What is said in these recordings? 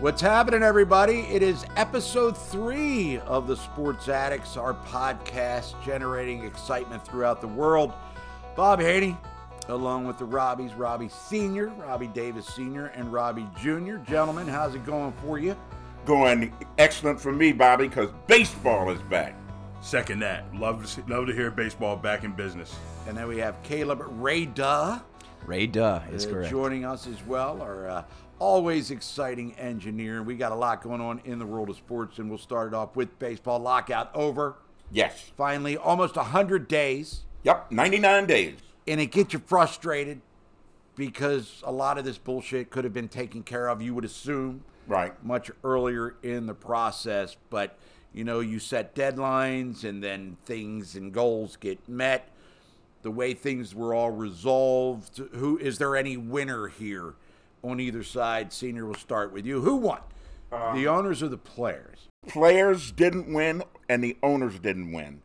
What's happening, everybody? It is episode three of the Sports Addicts, our podcast generating excitement throughout the world. Bob Haney, along with the Robbies, Robbie Sr., Robbie Davis Sr., and Robbie Jr. Gentlemen, how's it going for you? Going excellent for me, Bobby, because baseball is back. Second that. Love to, see, love to hear baseball back in business. And then we have Caleb Rada Ray Duh is uh, correct. joining us as well, our uh, always exciting engineer. We got a lot going on in the world of sports, and we'll start it off with baseball lockout over. Yes. Finally, almost 100 days. Yep, 99 days. and it gets you frustrated because a lot of this bullshit could have been taken care of, you would assume, Right. much earlier in the process. But, you know, you set deadlines and then things and goals get met. The way things were all resolved. Who is there any winner here on either side? Senior will start with you. Who won? the owners or the players? Players didn't win, and the owners didn't win.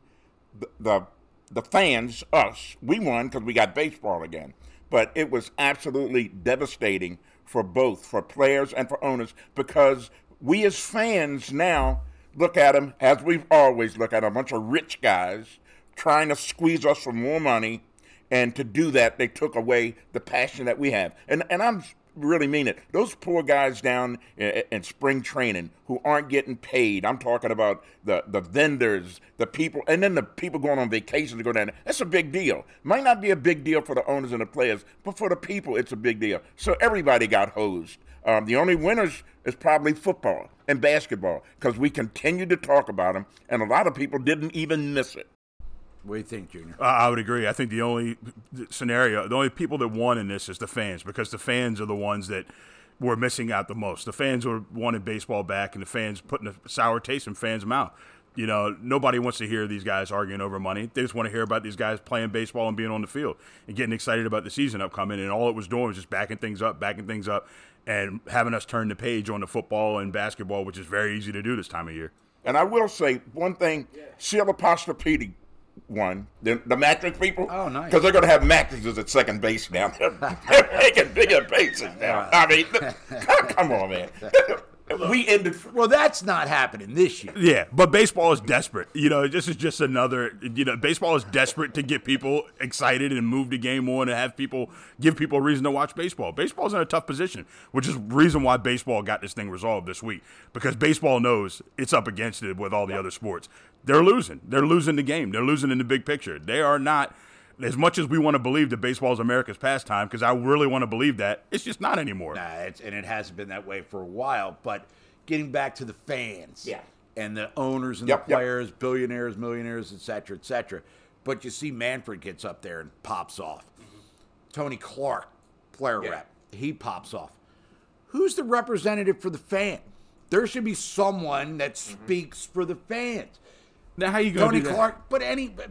The the, the fans, us, we won because we got baseball again. But it was absolutely devastating for both, for players and for owners, because we as fans now look at them as we've always looked at 'em, a bunch of rich guys trying to squeeze us for more money. And to do that, they took away the passion that we have. And and I'm really mean it. Those poor guys down in, in spring training who aren't getting paid. I'm talking about the the vendors, the people, and then the people going on vacation to go down. there. That's a big deal. Might not be a big deal for the owners and the players, but for the people, it's a big deal. So everybody got hosed. Um, the only winners is probably football and basketball because we continued to talk about them, and a lot of people didn't even miss it. What do you think, Junior? I- I would agree. I think the only scenario, the only people that won in this is the fans because the fans are the ones that were missing out the most. The fans were wanted baseball back, and the fans putting a sour taste in fans' mouth. You know, nobody wants to hear these guys arguing over money. They just want to hear about these guys playing baseball and being on the field and getting excited about the season upcoming. And all it was doing was just backing things up, backing things up, and having us turn the page on the football and basketball, which is very easy to do this time of year. And I will say one thing: Seal Apostropedi won the, the mattress people. Oh, nice. Because they're going to have mattresses at second base down there. they're making bigger bases now. I mean, th- come on, man. we ended. Well, that's not happening this year. Yeah, but baseball is desperate. You know, this is just another. You know, baseball is desperate to get people excited and move the game on and have people give people a reason to watch baseball. Baseball's in a tough position, which is reason why baseball got this thing resolved this week because baseball knows it's up against it with all the other sports. They're losing. They're losing the game. They're losing in the big picture. They are not. As much as we want to believe that baseball is America's pastime, because I really want to believe that, it's just not anymore. Nah, it's, and it hasn't been that way for a while. But getting back to the fans, Yeah. and the owners and Yep, the yep. players, billionaires, millionaires, et cetera, et cetera. But you see, Manfred gets up there and pops off. Tony Clark, player rep, he pops off. Who's the representative for the fan? There should be someone that speaks for the fans. Now, how you going to Tony do that? Clark, but any but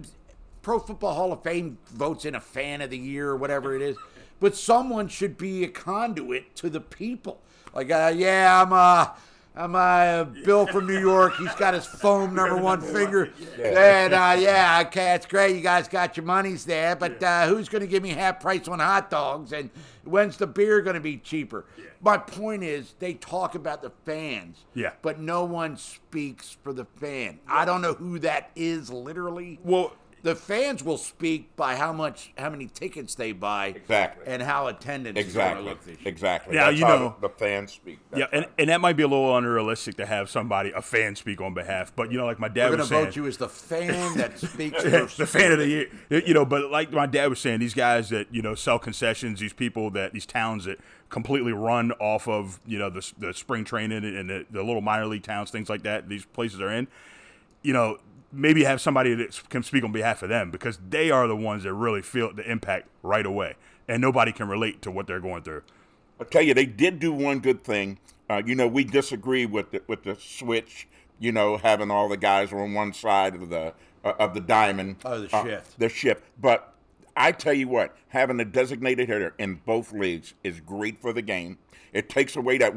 Pro Football Hall of Fame votes in a fan of the year or whatever it is. But someone should be a conduit to the people. Like, uh, yeah, I'm uh, I'm uh, Bill from New York. He's got his foam number one finger. And uh, yeah, okay, that's great. You guys got your monies there. But uh, who's going to give me half price on hot dogs? And when's the beer going to be cheaper? My point is, they talk about the fans. Yeah. But no one speaks for the fan. I don't know who that is literally. Well, the fans will speak by how much, how many tickets they buy, Exactly. and how attendance is going to Exactly. look this year. Exactly. Yeah, That's you how know. the fans speak. Yeah, That's and, right. and that might be a little unrealistic to have somebody, a fan, speak on behalf. But you know, like my dad They're going was to saying, vote you as the fan that speaks yeah, first. the fan of the year. You know, but like my dad was saying, these guys that you know sell concessions, these people that these towns that completely run off of you know the, the spring training and the, the little minor league towns, things like that. These places are in. You know, maybe have somebody that can speak on behalf of them because they are the ones that really feel the impact right away, and nobody can relate to what they're going through. I'll tell you, they did do one good thing. Uh, you know, we disagree with the, with the switch. You know, having all the guys on one side of the uh, of the diamond. Oh, the Uh, shift. the shift. But I tell you what, having a designated hitter in both leagues is great for the game. It takes away that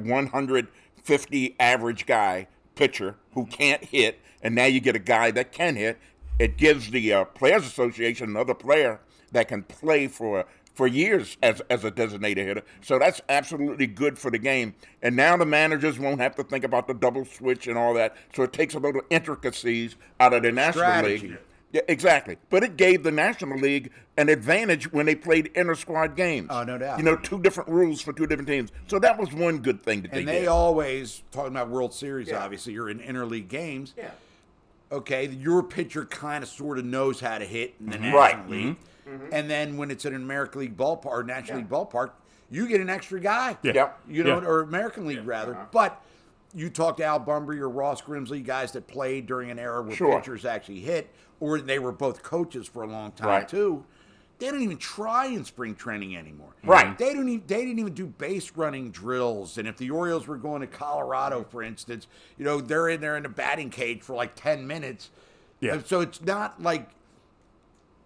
150 average guy pitcher Mm-hmm. who can't hit, and now you get a guy that can hit. It gives the uh, players association another player that can play for for years as, as a designated hitter. So that's absolutely good for the game. And now the managers won't have to think about the double switch and all that. So it takes a little intricacies out of the National Strategy. League. Yeah, exactly. But it gave the National League an advantage when they played inter squad games. Oh, no doubt. You know, two different rules for two different teams. So that was one good thing that And they, they did. always talking about World Series. Obviously, you're in interleague games. Yeah. Okay, your pitcher kind of sort of knows how to hit in the National Mm-hmm. Right. Mm-hmm. League, and then when it's an American League ballpark, or National League ballpark, you get an extra guy. Yeah. Yep. you know, Yeah. or American League rather. Uh-huh. But you talked to Al Bunbury or Ross Grimsley, guys that played during an era where Sure. pitchers actually hit, or they were both coaches for a long time Right. too. They don't even try in spring training anymore. Right. They don't. Even, they didn't even do base running drills. And if the Orioles were going to Colorado, for instance, you know they're in there in the batting cage for like ten minutes. Yeah. And so it's not like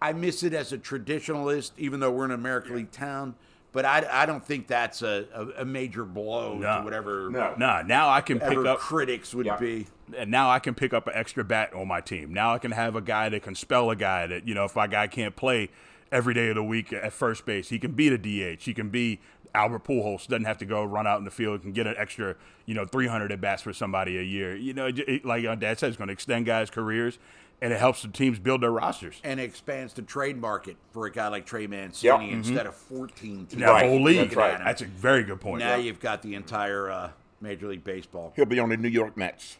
I miss it as a traditionalist, even though we're an American League town. But I, I don't think that's a, a, a major blow No. to whatever No. Nah, now I can pick ever up critics would Yeah. be. and now I can pick up an extra bat on my team. Now I can have a guy that can spell a guy that you know if my guy can't play every day of the week at first base, he can be the DH. He can be Albert Pujols. Doesn't have to go run out in the field. Can get an extra you know 300 at bats for somebody a year. You know, it- it, like our dad said, it's going to extend guys' careers and it helps the teams build their rosters. And it expands the trade market for a guy like Trey Mancini Yep. instead of 14 teams. Now Right. the Mm-hmm. whole league. That's right. That's a very good point. Now you've got the entire uh, Major League Baseball. He'll be on the New York Mets.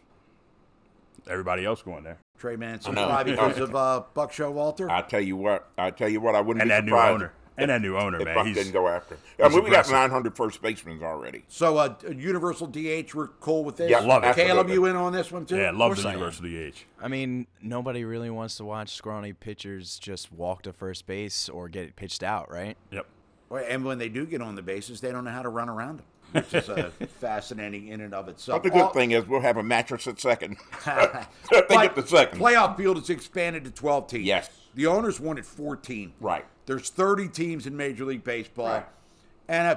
Everybody else going there. Trey Mancini, I know. why? Because of uh, Buck Showalter? I tell you what, I tell you what, I wouldn't And be that new surprised owner. And that new owner, if man. Buck He's- didn't go after. him. I mean, we got aggressive. 900 first basemen already. so uh, Universal DH, we're cool with this. Yeah, Love it. Caleb, absolutely. you in on this one too? yeah, Of love course the I am. University H. I mean, nobody really wants to watch scrawny pitchers just walk to first base or get pitched out, right? Yep. Well, And when they do get on the bases, they don't know how to run around them, which is uh, fascinating in and of itself. But the good All- thing is we'll have a mattress at second. they get the But second. Playoff field is expanded to 12 teams. Yes. The owners wanted 14. Right. There's 30 teams in Major League Baseball. Right.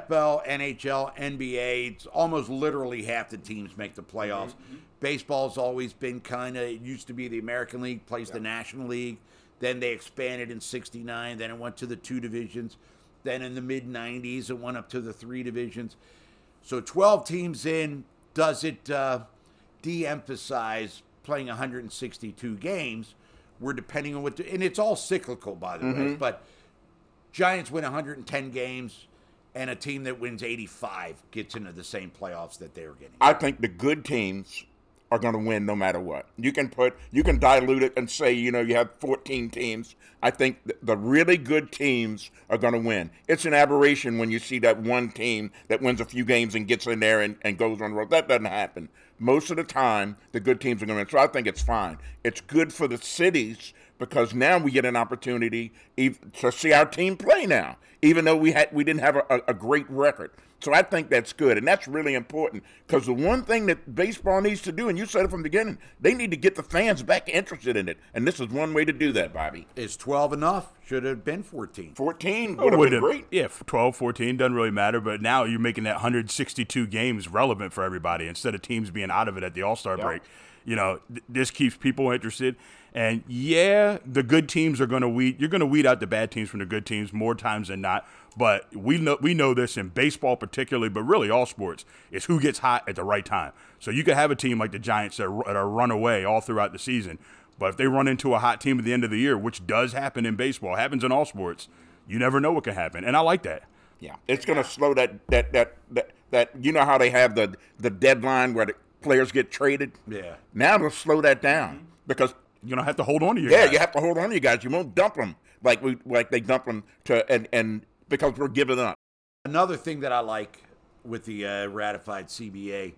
NFL, NHL, NBA, it's almost literally half the teams make the playoffs. Baseball's always been kind of, it used to be the American League plays the National League. Then they expanded in 69. Then it went to the two divisions. Then in the mid 90s, it went up to the three divisions. So 12 teams in, does it uh, de emphasize playing 162 games? We're depending on what, to, and it's all cyclical, by the way, but Giants win 110 games, and a team that wins 85 gets into the same playoffs that they were getting. I think the good teams are going to win no matter what. You can put, you can dilute it and say, you know, you have 14 teams. I think th- the really good teams are going to win. It's an aberration when you see that one team that wins a few games and gets in there and, and goes on the road. That doesn't happen. Most of the time, the good teams are going to win. So I think it's fine. It's good for the cities because now we get an opportunity ev- to see our team play now, even though we had we didn't have a, a, a great record. So I think that's good, and that's really important because the one thing that baseball needs to do, and you said it from the beginning, they need to get the fans back interested in it, and this is one way to do that, Bobby. Is 12 enough? Should have been 14. Fourteen would have Oh, Would been have- great. Yeah, f- 12, 14, doesn't really matter. But now you're making that 162 games relevant for everybody instead of teams being out of it at the All Star break. You know, th- this keeps people interested. And yeah, the good teams are going to weed. You're going to weed out the bad teams from the good teams more times than not. But we know we know this in baseball particularly, but really all sports is who gets hot at the right time. So you could have a team like the Giants that are, that are run away all throughout the season, but if they run into a hot team at the end of the year, which does happen in baseball, happens in all sports, you never know what can happen, and I like that. Yeah, it's going to slow that, that that that that you know how they have the the deadline where the players get traded. Yeah. now it'll slow that down because You don't have to hold on to your Yeah, guys. you have to hold on to you guys. You won't dump them like we like they dump them to and and because we're giving up. Another thing that I like with the uh, ratified CBA,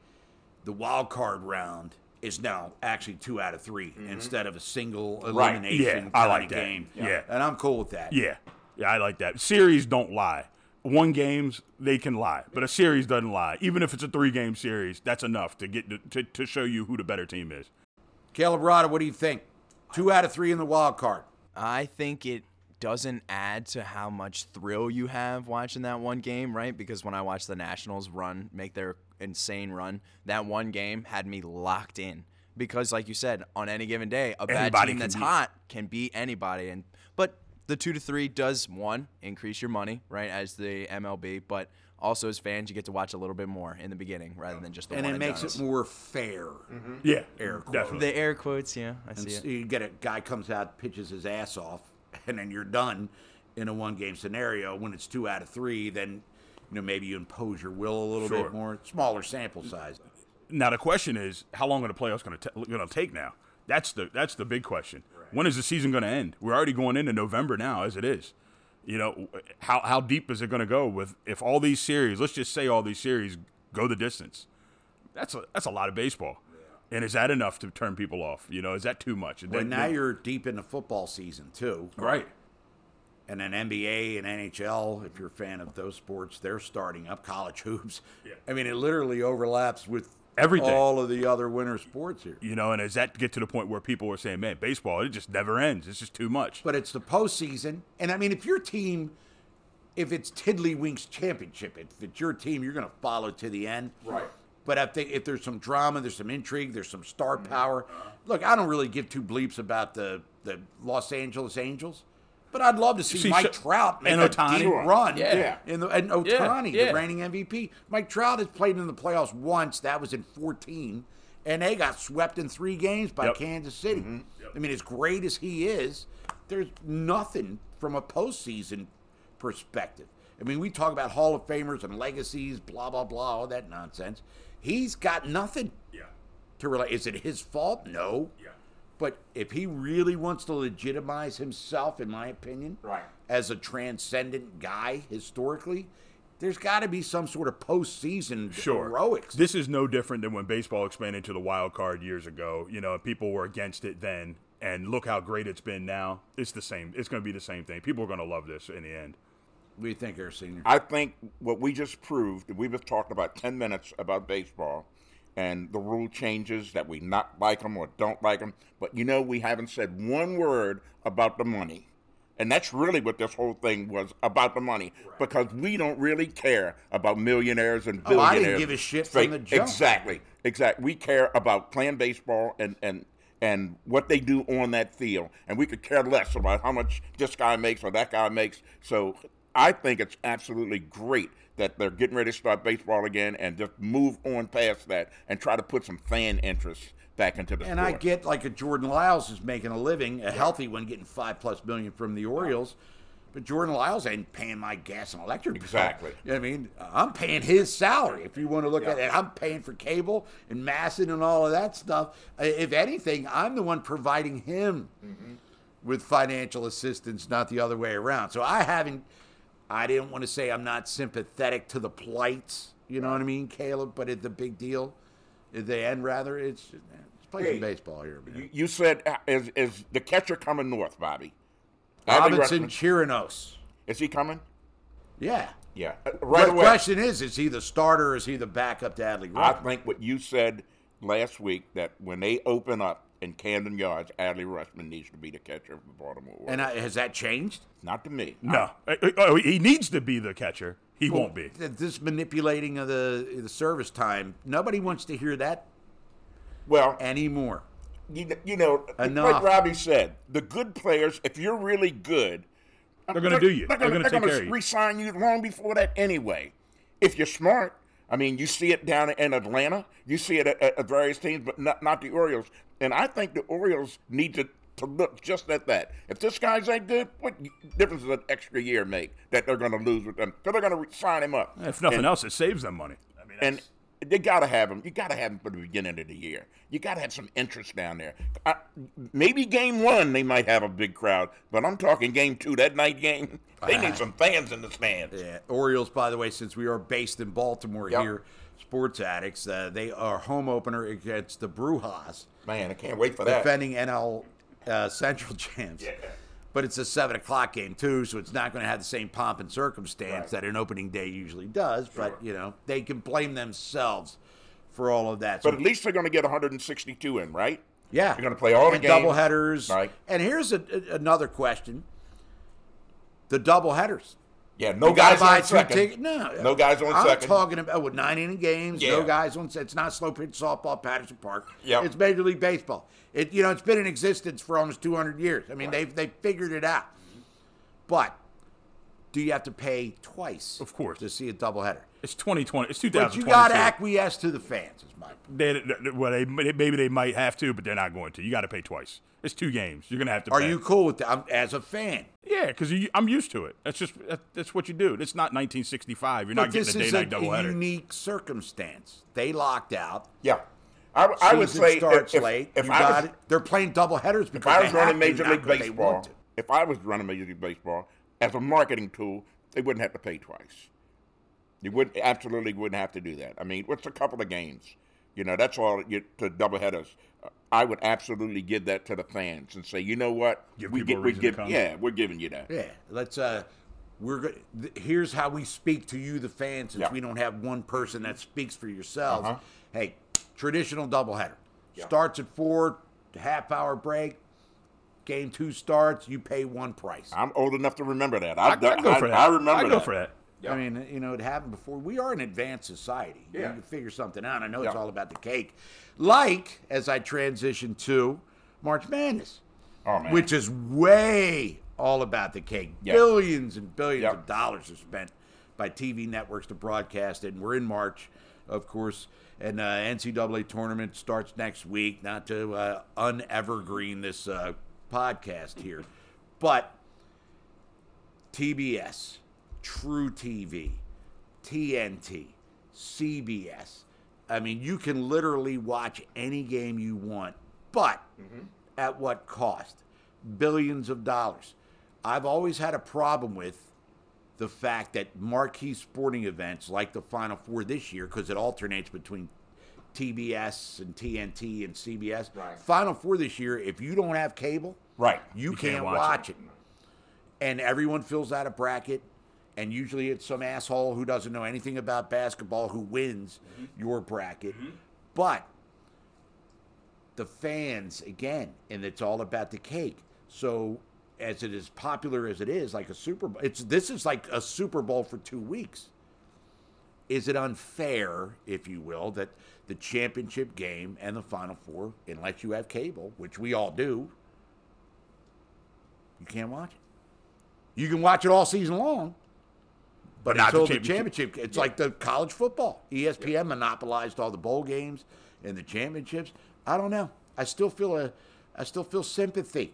the wild card round is now actually two out of 3 instead of a single Right. elimination Mm-hmm. Yeah, I kinda like that. game. Yeah. and I'm cool with that. yeah, yeah, I like that. Series don't lie. One games they can lie, but a series doesn't lie. Even if it's a three game series, that's enough to get to, to show you who the better team is. Caleb Rada, what do you think? Two out of three in the wild card. I think it doesn't add to how much thrill you have watching that one game, right? Because when I watched the Nationals run, make their insane run, that one game had me locked in. Because, like you said, on any given day, a bad Everybody team can that's beat. hot can beat anybody. And but the two to three does one increase your money, right, as the MLB, but also as fans, you get to watch a little bit more in the beginning rather than just the and one it makes dones. it more fair. Yeah, Air quotes. definitely. The air quotes, yeah, I see So it. you get a guy comes out, pitches his ass off, and then you're done in a one game scenario. When it's two out of three, then you know maybe you impose your will a little Sure. bit more. Smaller sample size. Now the question is, how long are the playoffs going to going to take? Now that's the that's the big question. When is the season going to end? We're already going into November now, as it is. You know, how how deep is it going to go with if all these series? Let's just say all these series go the distance. That's a that's a lot of baseball. And is that enough to turn people off? You know, is that too much? But Then- now then- you're deep into football season too, right. and then NBA and NHL. If you're a fan of those sports, they're starting up college hoops. Yeah. I mean, it literally overlaps with Everything. All of the other winter sports here. You know, and does that get to the point where people are saying, "Man, baseball it just never ends. It's just too much." but it's the postseason. And I mean, if your team, if it's Tiddlywinks Championship, if it's your team, you're going to follow to the end. Right. But if, they, if there's some drama, there's some intrigue, there's some star power. Look, I don't really give two bleeps about the, the Los Angeles Angels, but I'd love to see, See, Mike so- Trout make and a Ohtani. deep run. Yeah. Yeah. In the, and Otani, yeah. the reigning MVP. Mike Trout has played in the playoffs once. That was in 14. And they got swept in three games by Yep. Mm-hmm. Kansas City. I mean, as great as he is, there's nothing from a postseason perspective. I mean, we talk about Hall of Famers and legacies, blah, blah, blah, all that nonsense. He's got nothing yeah. to relate. Is it his fault? No. Yeah. But if he really wants to legitimize himself, in my opinion, Right. as a transcendent guy historically, there's got to be some sort of postseason sure. heroics. This is no different than when baseball expanded to the wild card years ago. You know, people were against it then, and look how great it's been now. It's the same. It's going to be the same thing. People are going to love this in the end. what do you think, our senior? I think what we just proved, we just talked about 10 minutes about baseball and the rule changes that we not like them or don't like them. But you know, we haven't said one word about the money. And that's really what this whole thing was about the money because we don't really care about millionaires and Oh, billionaires. I didn't give a shit from the jump. Exactly. Exactly. We care about playing baseball and, and, and what they do on that field. And we could care less about how much this guy makes or that guy makes. So I think it's absolutely great that they're getting ready to start baseball again and just move on past that and try to put some fan interest back into the and I sport. get like a Jordan Lyles is making a living, a healthy one, getting five plus million from the Orioles. But Jordan Lyles ain't paying my gas and electric. bill. Exactly. You know what I mean, I'm paying his salary. If you want to look at it, I'm paying for cable and Masson and all of that stuff. I- If anything, I'm the one providing him with financial assistance, not the other way around. So I haven't. I didn't want to say I'm not sympathetic to the plight. You know what I mean, Caleb? But it's a big deal. At the end, rather, it's, it's play Hey, some baseball here, man. You- You said, uh, is, is the catcher coming north, Bobby? Bobby Robinson Rushman- Chirinos. Is he coming? Yeah. Yeah. Uh, But Right the away. question is, is he the starter or is he the backup to Adley I Rutschman? think what you said last week that when they open up in Camden Yards, Adley Rushman needs to be the catcher of the Baltimore Orioles. And I, has that changed? Not to me. No, Uh, oh, he needs to be the catcher. He won't be. Th- This manipulating of the the service time. Nobody wants to hear that Well, anymore. you, kn- you know, Enough. like Robbie said, the good players, if you're really good, They're going to do you. They're gonna- going to they're take gonna care of you. Resign you long before that anyway. If you're smart, I mean, you see it down in Atlanta. You see it at, at- at various teams, but not not the Orioles. And I think the Orioles need to. To look just at that. If this guy's ain't good, what difference does an extra year make that they're going to lose with them? So they're going to re- sign him up. If nothing else, it saves them money. I mean, And they gotta have him. You gotta have him for the beginning of the year. You gotta have some interest down there. I, maybe game one they might have a big crowd, but I'm talking game two that night game. They need some fans in the stands. Ah. Yeah, Orioles, by the way, since we are based in Baltimore Yep. here, sports addicts, uh, they are home opener against the Brujas. Man, I can't wait for that. defending NL uh, Central champs. But it's a seven o'clock game too, so it's not going to have the same pomp and circumstance that an opening day usually does. But you know, they can blame themselves for all of that. So, but at least they're gonna get 162 in, right? yeah, They're gonna play all the and games. double headers. Right. And here's a, a- another question: the double headers. Yeah, no You gotta guys on buy two second. tickets. No, No guys on I'm second. talking about with nine inning games. No Yeah. guys on. It's not slow pitch softball, Patterson Park. Yep. it's Major League Baseball. It you know it's been in existence for almost 200 years. I mean they've they figured it out. But do you have to pay twice? Of course. To see a doubleheader. It's 2020. It's 2020. But you got to acquiesce to the fans, is my point. They, they- well, they, maybe they might have to, but they're not going to. You got to pay twice. It's two games. You're going to have to. Are pay. you cool with that I'm, as a fan? Yeah, because I'm used to it. That's just that, that's what you do. It's not 1965. You're But not getting a this is day-night a, doubleheader. unique circumstance. They locked out. Yeah. I, I would Season say if- starts if, late. if you I got was, it. They're playing doubleheaders if because I was they running have to, Major not League 'cause they want Baseball, to. if I was running Major League Baseball as a marketing tool, they wouldn't have to pay twice. You wouldn't absolutely wouldn't have to do that. I mean, what's a couple of games? You know, that's all you, to doubleheaders. Uh, I would absolutely give that to the fans and say, you know what, Give we people get, a we reason to give, come. yeah, we're giving you that. Yeah, let's. uh We're go- th- here's how we speak to you, the fans, since Yeah. Uh-huh. we don't have one person that speaks for yourselves. Hey, traditional doubleheader starts at four, half hour break. Game two starts. You pay one price. I'm old enough to remember that. I, I, I'd go for that. I remember I'd go for that. I mean, you know, it happened before. We are an advanced society. You Yeah. can figure something out. I know it's Yeah. all about the cake. Like, as I transition to March Madness, Oh man, which is way all about the cake. Yeah. Billions and billions Yeah. of dollars are spent by TV networks to broadcast it. And we're in March, of course. And uh, NCAA tournament starts next week. Not to uh, unevergreen this uh, podcast here, but TBS, True TV, TNT, CBS. I mean, you can literally watch any game you want, but at what cost? Billions of dollars. I've always had a problem with the fact that marquee sporting events like the Final Four this year, because it alternates between TBS and TNT and CBS. Right. Final Four this year, if you don't have cable, right? you, can't can't, watch watch, it. And everyone fills out a bracket, and usually it's some asshole who doesn't know anything about basketball who wins your bracket. But the fans, again, and it's all about the cake. So as it is popular as it is, like a Super Bowl, it's this is like a Super Bowl for two weeks is it unfair, if you will, that the championship game and the Final Four, unless you have cable, which we all do, you can't watch it. You can watch it all season long, but Not the until the championship. championship, it's like the college football. E ESPN monopolized all the bowl games and the championships. I don't know. I still feel a, I still feel sympathy.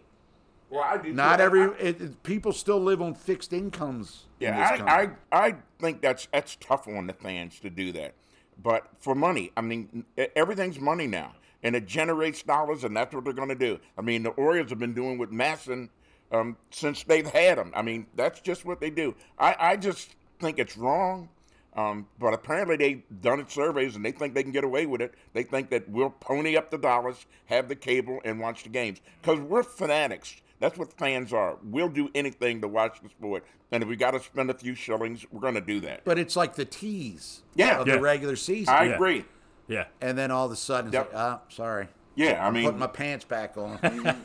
Well, I do Not every it, it- people still live on fixed incomes. in this Yeah, country. I, I, I think that's that's tough on the fans to do that. But for money, I mean, e- everything's money now, and it generates dollars, and that's what they're going to do. I mean, the Orioles have been doing with Masson um, since they've had him. I mean, that's just what they do. I, I just think it's wrong. Um, but apparently they've done it surveys and they think they can get away with it. They think that we'll pony up the dollars, have the cable, and watch the games because we're fanatics. That's what fans are. We'll do anything to watch the sport, and if we got to spend a few shillings, we're going to do that. But it's like the tease Yeah. of Yeah. the regular season. I Yeah. agree. Yeah. and then all of a sudden, it's Yep. like, oh, sorry. Yeah, I mean, Put my pants back on,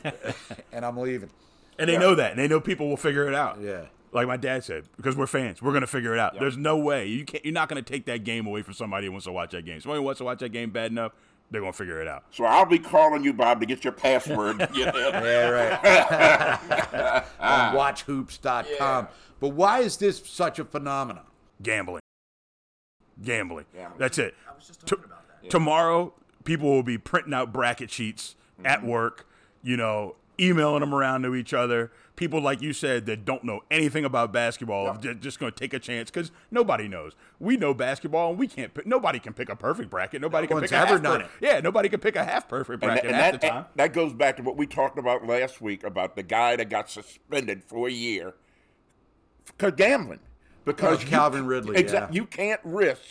and I'm leaving. And they know that. And they know people will figure it out. Yeah. Like my dad said, because we're fans, we're gonna figure it out. There's no way you can't. You're not gonna take that game away from somebody who wants to watch that game. Somebody who wants to watch that game bad enough, they're gonna figure it out. so I'll be calling you, Bob, to get your password. yeah. Yeah, right. on WatchHoops.com. But why is this such a phenomenon? Gambling, gambling. Gambling. That's it. I was just talking about that. Tomorrow, people will be printing out bracket sheets at work. You know, emailing them around to each other. People like you said that don't know anything about basketball, they're just gonna take a chance because nobody knows. We know basketball, and we can't. Pick, nobody can pick a perfect bracket. Nobody can one's pick a ever half done per- Yeah, nobody can pick a half perfect And, bracket that, and half that- the time. that goes back to what we talked about last week about the guy that got suspended for a year for gambling because Oh, Calvin Ridley, Exactly. yeah. You can't risk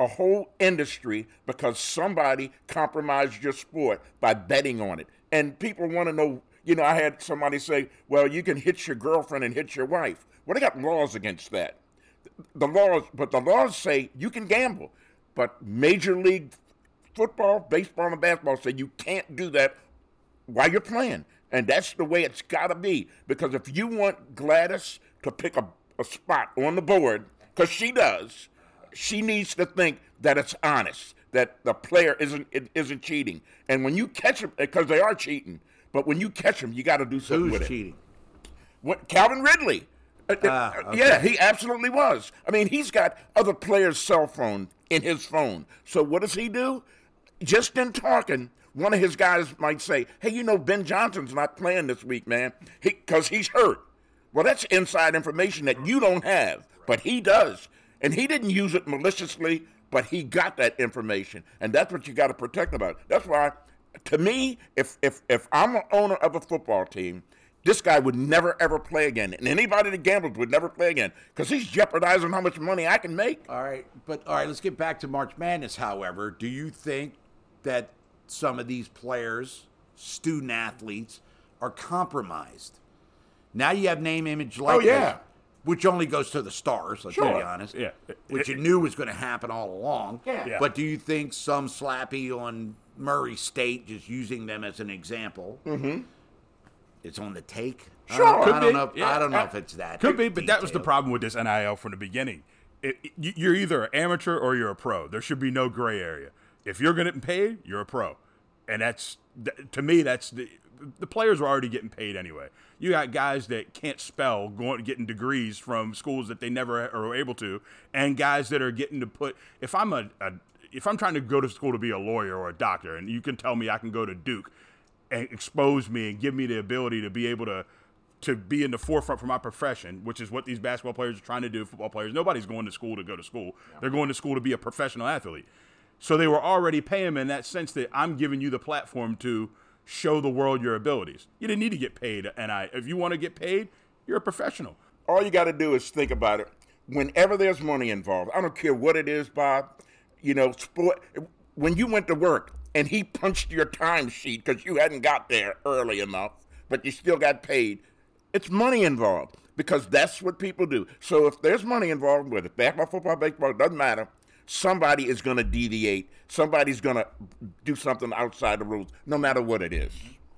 a whole industry because somebody compromised your sport by betting on it, and people want to know. You know, I had somebody say, "Well, you can hit your girlfriend and hit your wife." Well, they got laws against that. The laws, but the laws say you can gamble, but Major League Football, baseball, and basketball say you can't do that while you're playing. And that's the way it's got to be. Because if you want Gladys to pick a, a spot on the board, because she does, she needs to think that it's honest, that the player isn't it isn't cheating. And when you catch them, because they are cheating, but when you catch them, you got to do something Who's with it. cheating? What, Calvin Ridley. Uh, Ah, okay. Yeah, he absolutely was. I mean, he's got other players' cell phone in his phone. So what does he do? Just in talking, one of his guys might say, "Hey, you know Ben Johnson's not playing this week, man, because he's hurt." Well, that's inside information that you don't have, but he does, and he didn't use it maliciously, but he got that information, and that's what you got to protect about. That's why, to me, if if if I'm an owner of a football team, this guy would never ever play again, and anybody that gambles would never play again because he's jeopardizing how much money I can make. All right, but all right, let's get back to March Madness. However, do you think that some of these players, student athletes, are compromised? Now you have name, Oh, image, likeness, yeah. which only goes to the stars. Let's Sure. be honest. Yeah. which you knew was going to happen all along. Yeah. Yeah. But do you think some slappy on Murray State, just using them as an example, it's on the take? I don't- Sure. I Could don't, Mm-hmm. be. know. If, I Yeah. don't know if it's that. Could be, but that was the detailed. problem with this NIL from the beginning. It, it- you- you're either an amateur or you're a pro. There should be no gray area. If you're getting paid, you're a pro, and that's th- to me that's the the players are already getting paid anyway. You got guys that can't spell going getting degrees from schools that they never are able to, and guys that are getting to put. If I'm a, a if I'm trying to go to school to be a lawyer or a doctor, and you can tell me I can go to Duke and expose me and give me the ability to be able to to be in the forefront for my profession, which is what these basketball players are trying to do, football players. Nobody's going to school to go to school. They're going to school to be a professional athlete. So they were already paying him in that sense that I'm giving you the platform to show the world your abilities. You didn't need to get paid and I if you want to get paid, you're a professional. All you got to do is think about it. Whenever there's money involved, I don't care what it is, Bob. You know, sport. When you went to work and he punched your timesheet because you hadn't got there early enough, but you still got paid, it's money involved because that's what people do. So if there's money involved, whether it's basketball, football, baseball, it doesn't matter. Somebody is going to deviate. Somebody's going to do something outside the rules, no matter what it is.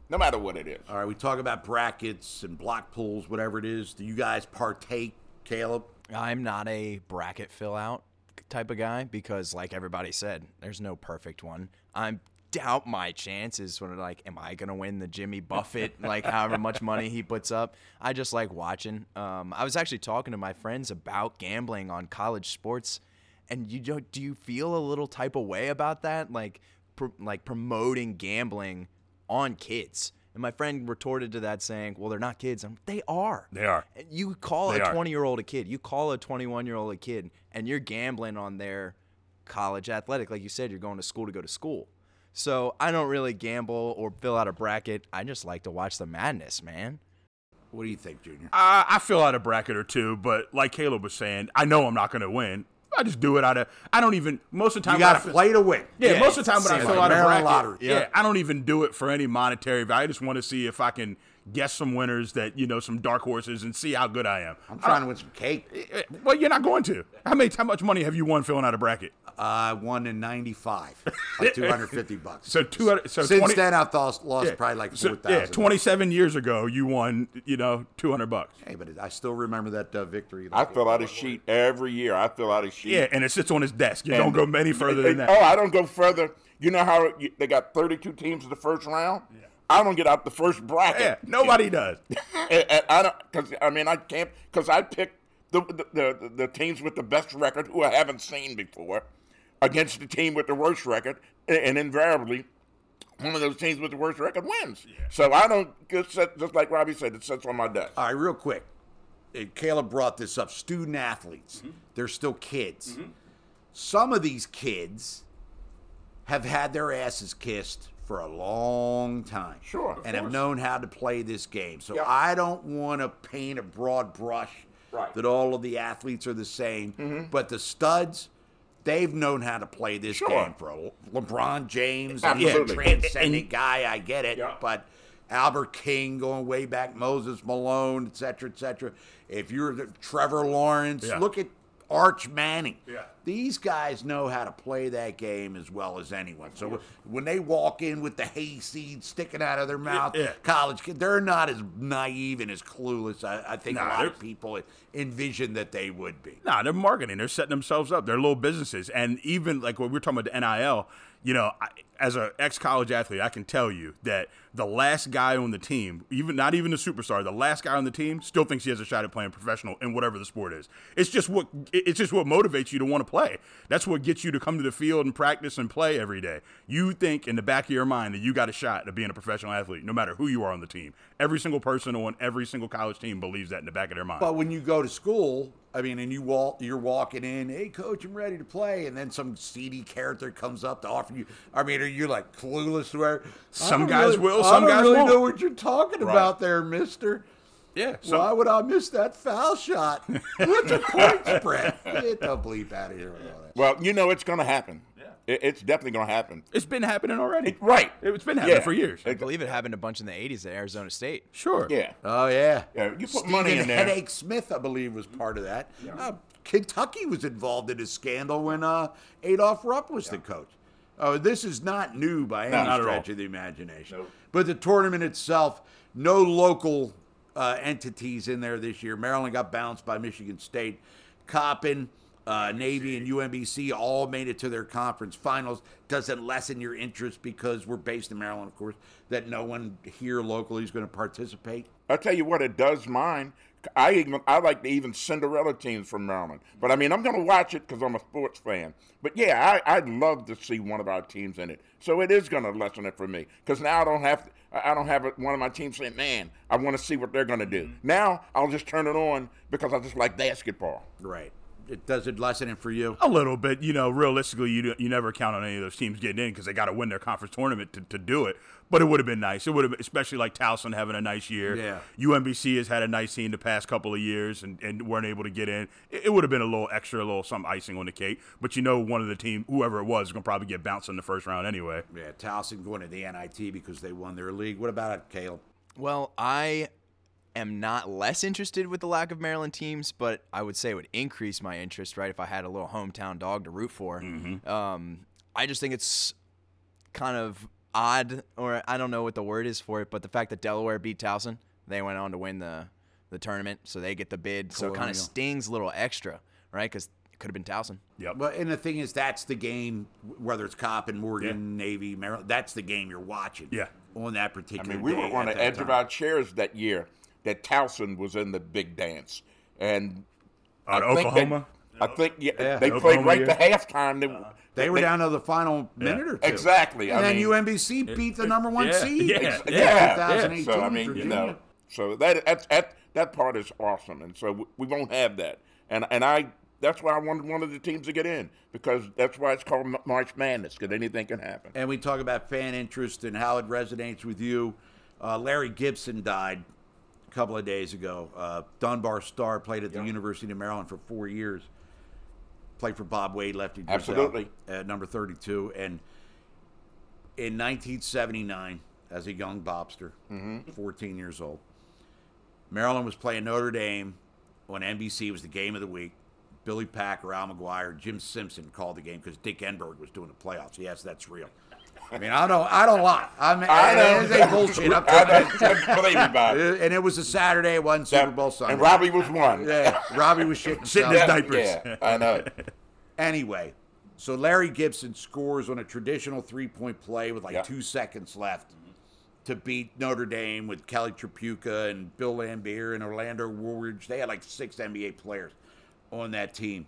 No matter what it is. All right, we talk about brackets and block pools, whatever it is. Do you guys partake, Caleb? I'm not a bracket fill out type of guy because, like everybody said, there's no perfect one. I doubt my chances when like, am I gonna win the Jimmy Buffett like however much money he puts up? I just like watching. Um, I was actually talking to my friends about gambling on college sports, and you don't, do you feel a little type of way about that? Like, pr- like promoting gambling on kids. And my friend retorted to that saying, "Well, they're not kids. I'm, they are. They are. You call They a are. 20 year old a kid, you call a 21 year old a kid, and you're gambling on their college athletic. Like you said, you're going to school to go to school. So I don't really gamble or fill out a bracket. I just like to watch the madness, man. What do you think, Junior? I, I fill out a bracket or two, but like Caleb was saying, I know I'm not going to win. I just do it out of. I don't even most of the time. You when got I to fill- play to win. Yeah, Yeah, most of the time when I same fill like out a Maryland bracket, lottery, yeah. yeah. I don't even do it for any monetary value. I just want to see if I can guess some winners that you know some dark horses and see how good I am. Uh, I'm trying to win some cake. Eh, Well, you're not going to. How many? How much money have you won filling out a bracket? I won in '95, like 250 bucks. So two. hundred- So Since 20, then, I've lost, lost yeah. probably like So, 4,000. yeah, 27 years ago, you won. You know, 200 bucks. Hey, but I still remember that uh, victory. I fill out a sheet every year. I fill out a sheet. Yeah, and it sits on his desk. You don't go many further than that. Oh, I don't go further. You know how you, they got 32 teams in the first round? I don't get out the first bracket. Yeah, nobody does. And- and I don't because I mean I can't because I pick the the, the the teams with the best record who I haven't seen before against the team with the worst record, a- and invariably one of those teams with the worst record wins. So I don't just just like Robbie said, it sits on my desk. All right, real quick. Uh, Caleb brought this up. Student athletes, Mm-hmm. they're still kids. Some of these kids have had their asses kissed for a long time. Sure, of And have course. known how to play this game. So Yeah. I don't want to paint a broad brush Right. Mm-hmm. that all of the athletes are the same. But the studs, they've known how to play this Sure. game for a l- LeBron James. Absolutely. He's a transcendent guy. I get it. Yeah. But Albert King going way back, Moses Malone, et cetera, et cetera. If you're the, Trevor Lawrence, Yeah. look at Arch Manning. Yeah. These guys know how to play that game as well as anyone. So when they walk in with the hayseed sticking out of their mouth, yeah. college kid, they're not as naive and as clueless. I, I think a Nah, lot of they're- people envision that they would be. Nah, they're marketing. They're setting themselves up. They're little businesses, and even like what we we're talking about the NIL. you know, I, as an ex college athlete, I can tell you that the last guy on the team, even not even the superstar, the last guy on the team still thinks he has a shot at playing professional in whatever the sport is. It's just what it- it's just what motivates you to want to play. That's what gets you to come to the field and practice and play every day. You think in the back of your mind that you got a shot at being a professional athlete, no matter who you are on the team. Every single person on every single college team believes that in the back of their mind. But when you go to school, I mean, and you walk, you're walking in, hey, coach, I'm ready to play, and then some seedy character comes up to offer you. I mean, are you like clueless? Where Some guys will, I some don't guys really won't. know what you're talking about there, Mister. yeah, so Why would I miss that foul shot? What's a point spread? Get the bleep out of here with all that. Well, you know it's going to happen. Yeah. It, it's definitely going to happen. it's been happening already. Right. It's been happening Yeah. for years. I believe it happened a bunch in the 80s at Arizona State. Sure. Yeah. Oh yeah. Yeah, you put Stephen money in there. Headache Smith, I believe, was part of that. Uh, Kentucky was involved in a scandal when uh, Adolph Rupp was the coach. Oh, this is not new by any not at stretch of the imagination. But the tournament itself, no local uh, entities in there this year. Maryland got bounced by Michigan State. Coppin, uh, Navy, and UMBC all made it to their conference finals. Doesn't lessen your interest because we're based in Maryland, of course, that no one here locally is going to participate. I'll tell you what, it does mine. I even I like the even Cinderella teams from Maryland, but I mean I'm gonna watch it because I'm a sports fan. But yeah, I I'd love to see one of our teams in it, so it is gonna lessen it for me because now I don't have to, I I don't have one of my teams saying, man, I want to see what they're gonna Mm-hmm. do. Now I'll just turn it on because I just like basketball. Right. It doesn't lessen it for you. A little bit, you know. Realistically, you you never count on any of those teams getting in because they got to win their conference tournament to, to do it. But it would have been nice. It would have, especially like Towson having a nice year. Yeah. UMBC has had a nice team the past couple of years and, and weren't able to get in. It, it would have been a little extra, a little some icing on the cake. But you know, one of the team, whoever it was, is gonna probably get bounced in the first round anyway. Yeah, Towson going to the NIT because they won their league. What about it, Caleb? Well, I am not less interested with the lack of Maryland teams, but I would say it would increase my interest, right? If I had a little hometown dog to root for. Um, I just think it's kind of odd, or I don't know what the word is for it, but the fact that Delaware beat Towson, they went on to win the, the tournament, so they get the bid. So it kind Colonial. of stings a little extra, right? Because it could have been Towson. Yep. Well, and the thing is, that's the game, whether it's Coppin, Morgan, Navy, Maryland, that's the game you're watching. Yeah. On that particular I mean, we day were on at the that edge time. of our chairs that year that Towson was in the big dance, and Out of I think they- Oklahoma. I think yeah, Yeah. they played Oklahoma right year. Uh-huh. to halftime. They, They were down to the final minute or two. Exactly. And I then mean, UMBC beat the number one yeah, seed. yeah, in Ex- yeah, 2018 So I mean, you Virginia. know, so that that that, that part is awesome, and so w- we won't have that. And and I that's why I wanted one of the teams to get in because that's why it's called M- March Madness because anything can happen. and we talk about fan interest and how it resonates with you. Uh, Larry Gibson died a couple of days ago. Uh, Dunbar Star played at the University of Maryland for four years. Played for Bob Wade, lefty. Giselle, Absolutely. at number thirty-two, and in 1979, as a young Bobster, 14 years old, Maryland was playing Notre Dame on NBC. It was the game of the week. Billy Packer, Al McGuire, Jim Simpson called the game because Dick Enberg was doing the playoffs. Yes, that's real. I mean, I don't, I don't lie. I mean, I know. it is a bullshit. I'm I telling you. know. Believe me, Bob. Uh, And it was a Saturday, it wasn't Super Bowl Sunday. and Robbie was one. yeah, Robbie was shitting Sitting himself. in diapers. Yeah, I know. Anyway, so Larry Gibson scores on a traditional three point play with like Yeah. two seconds left to beat Notre Dame with Kelly Trapuka and Bill Lambier and Orlando Woolridge. They had like six NBA players on that team.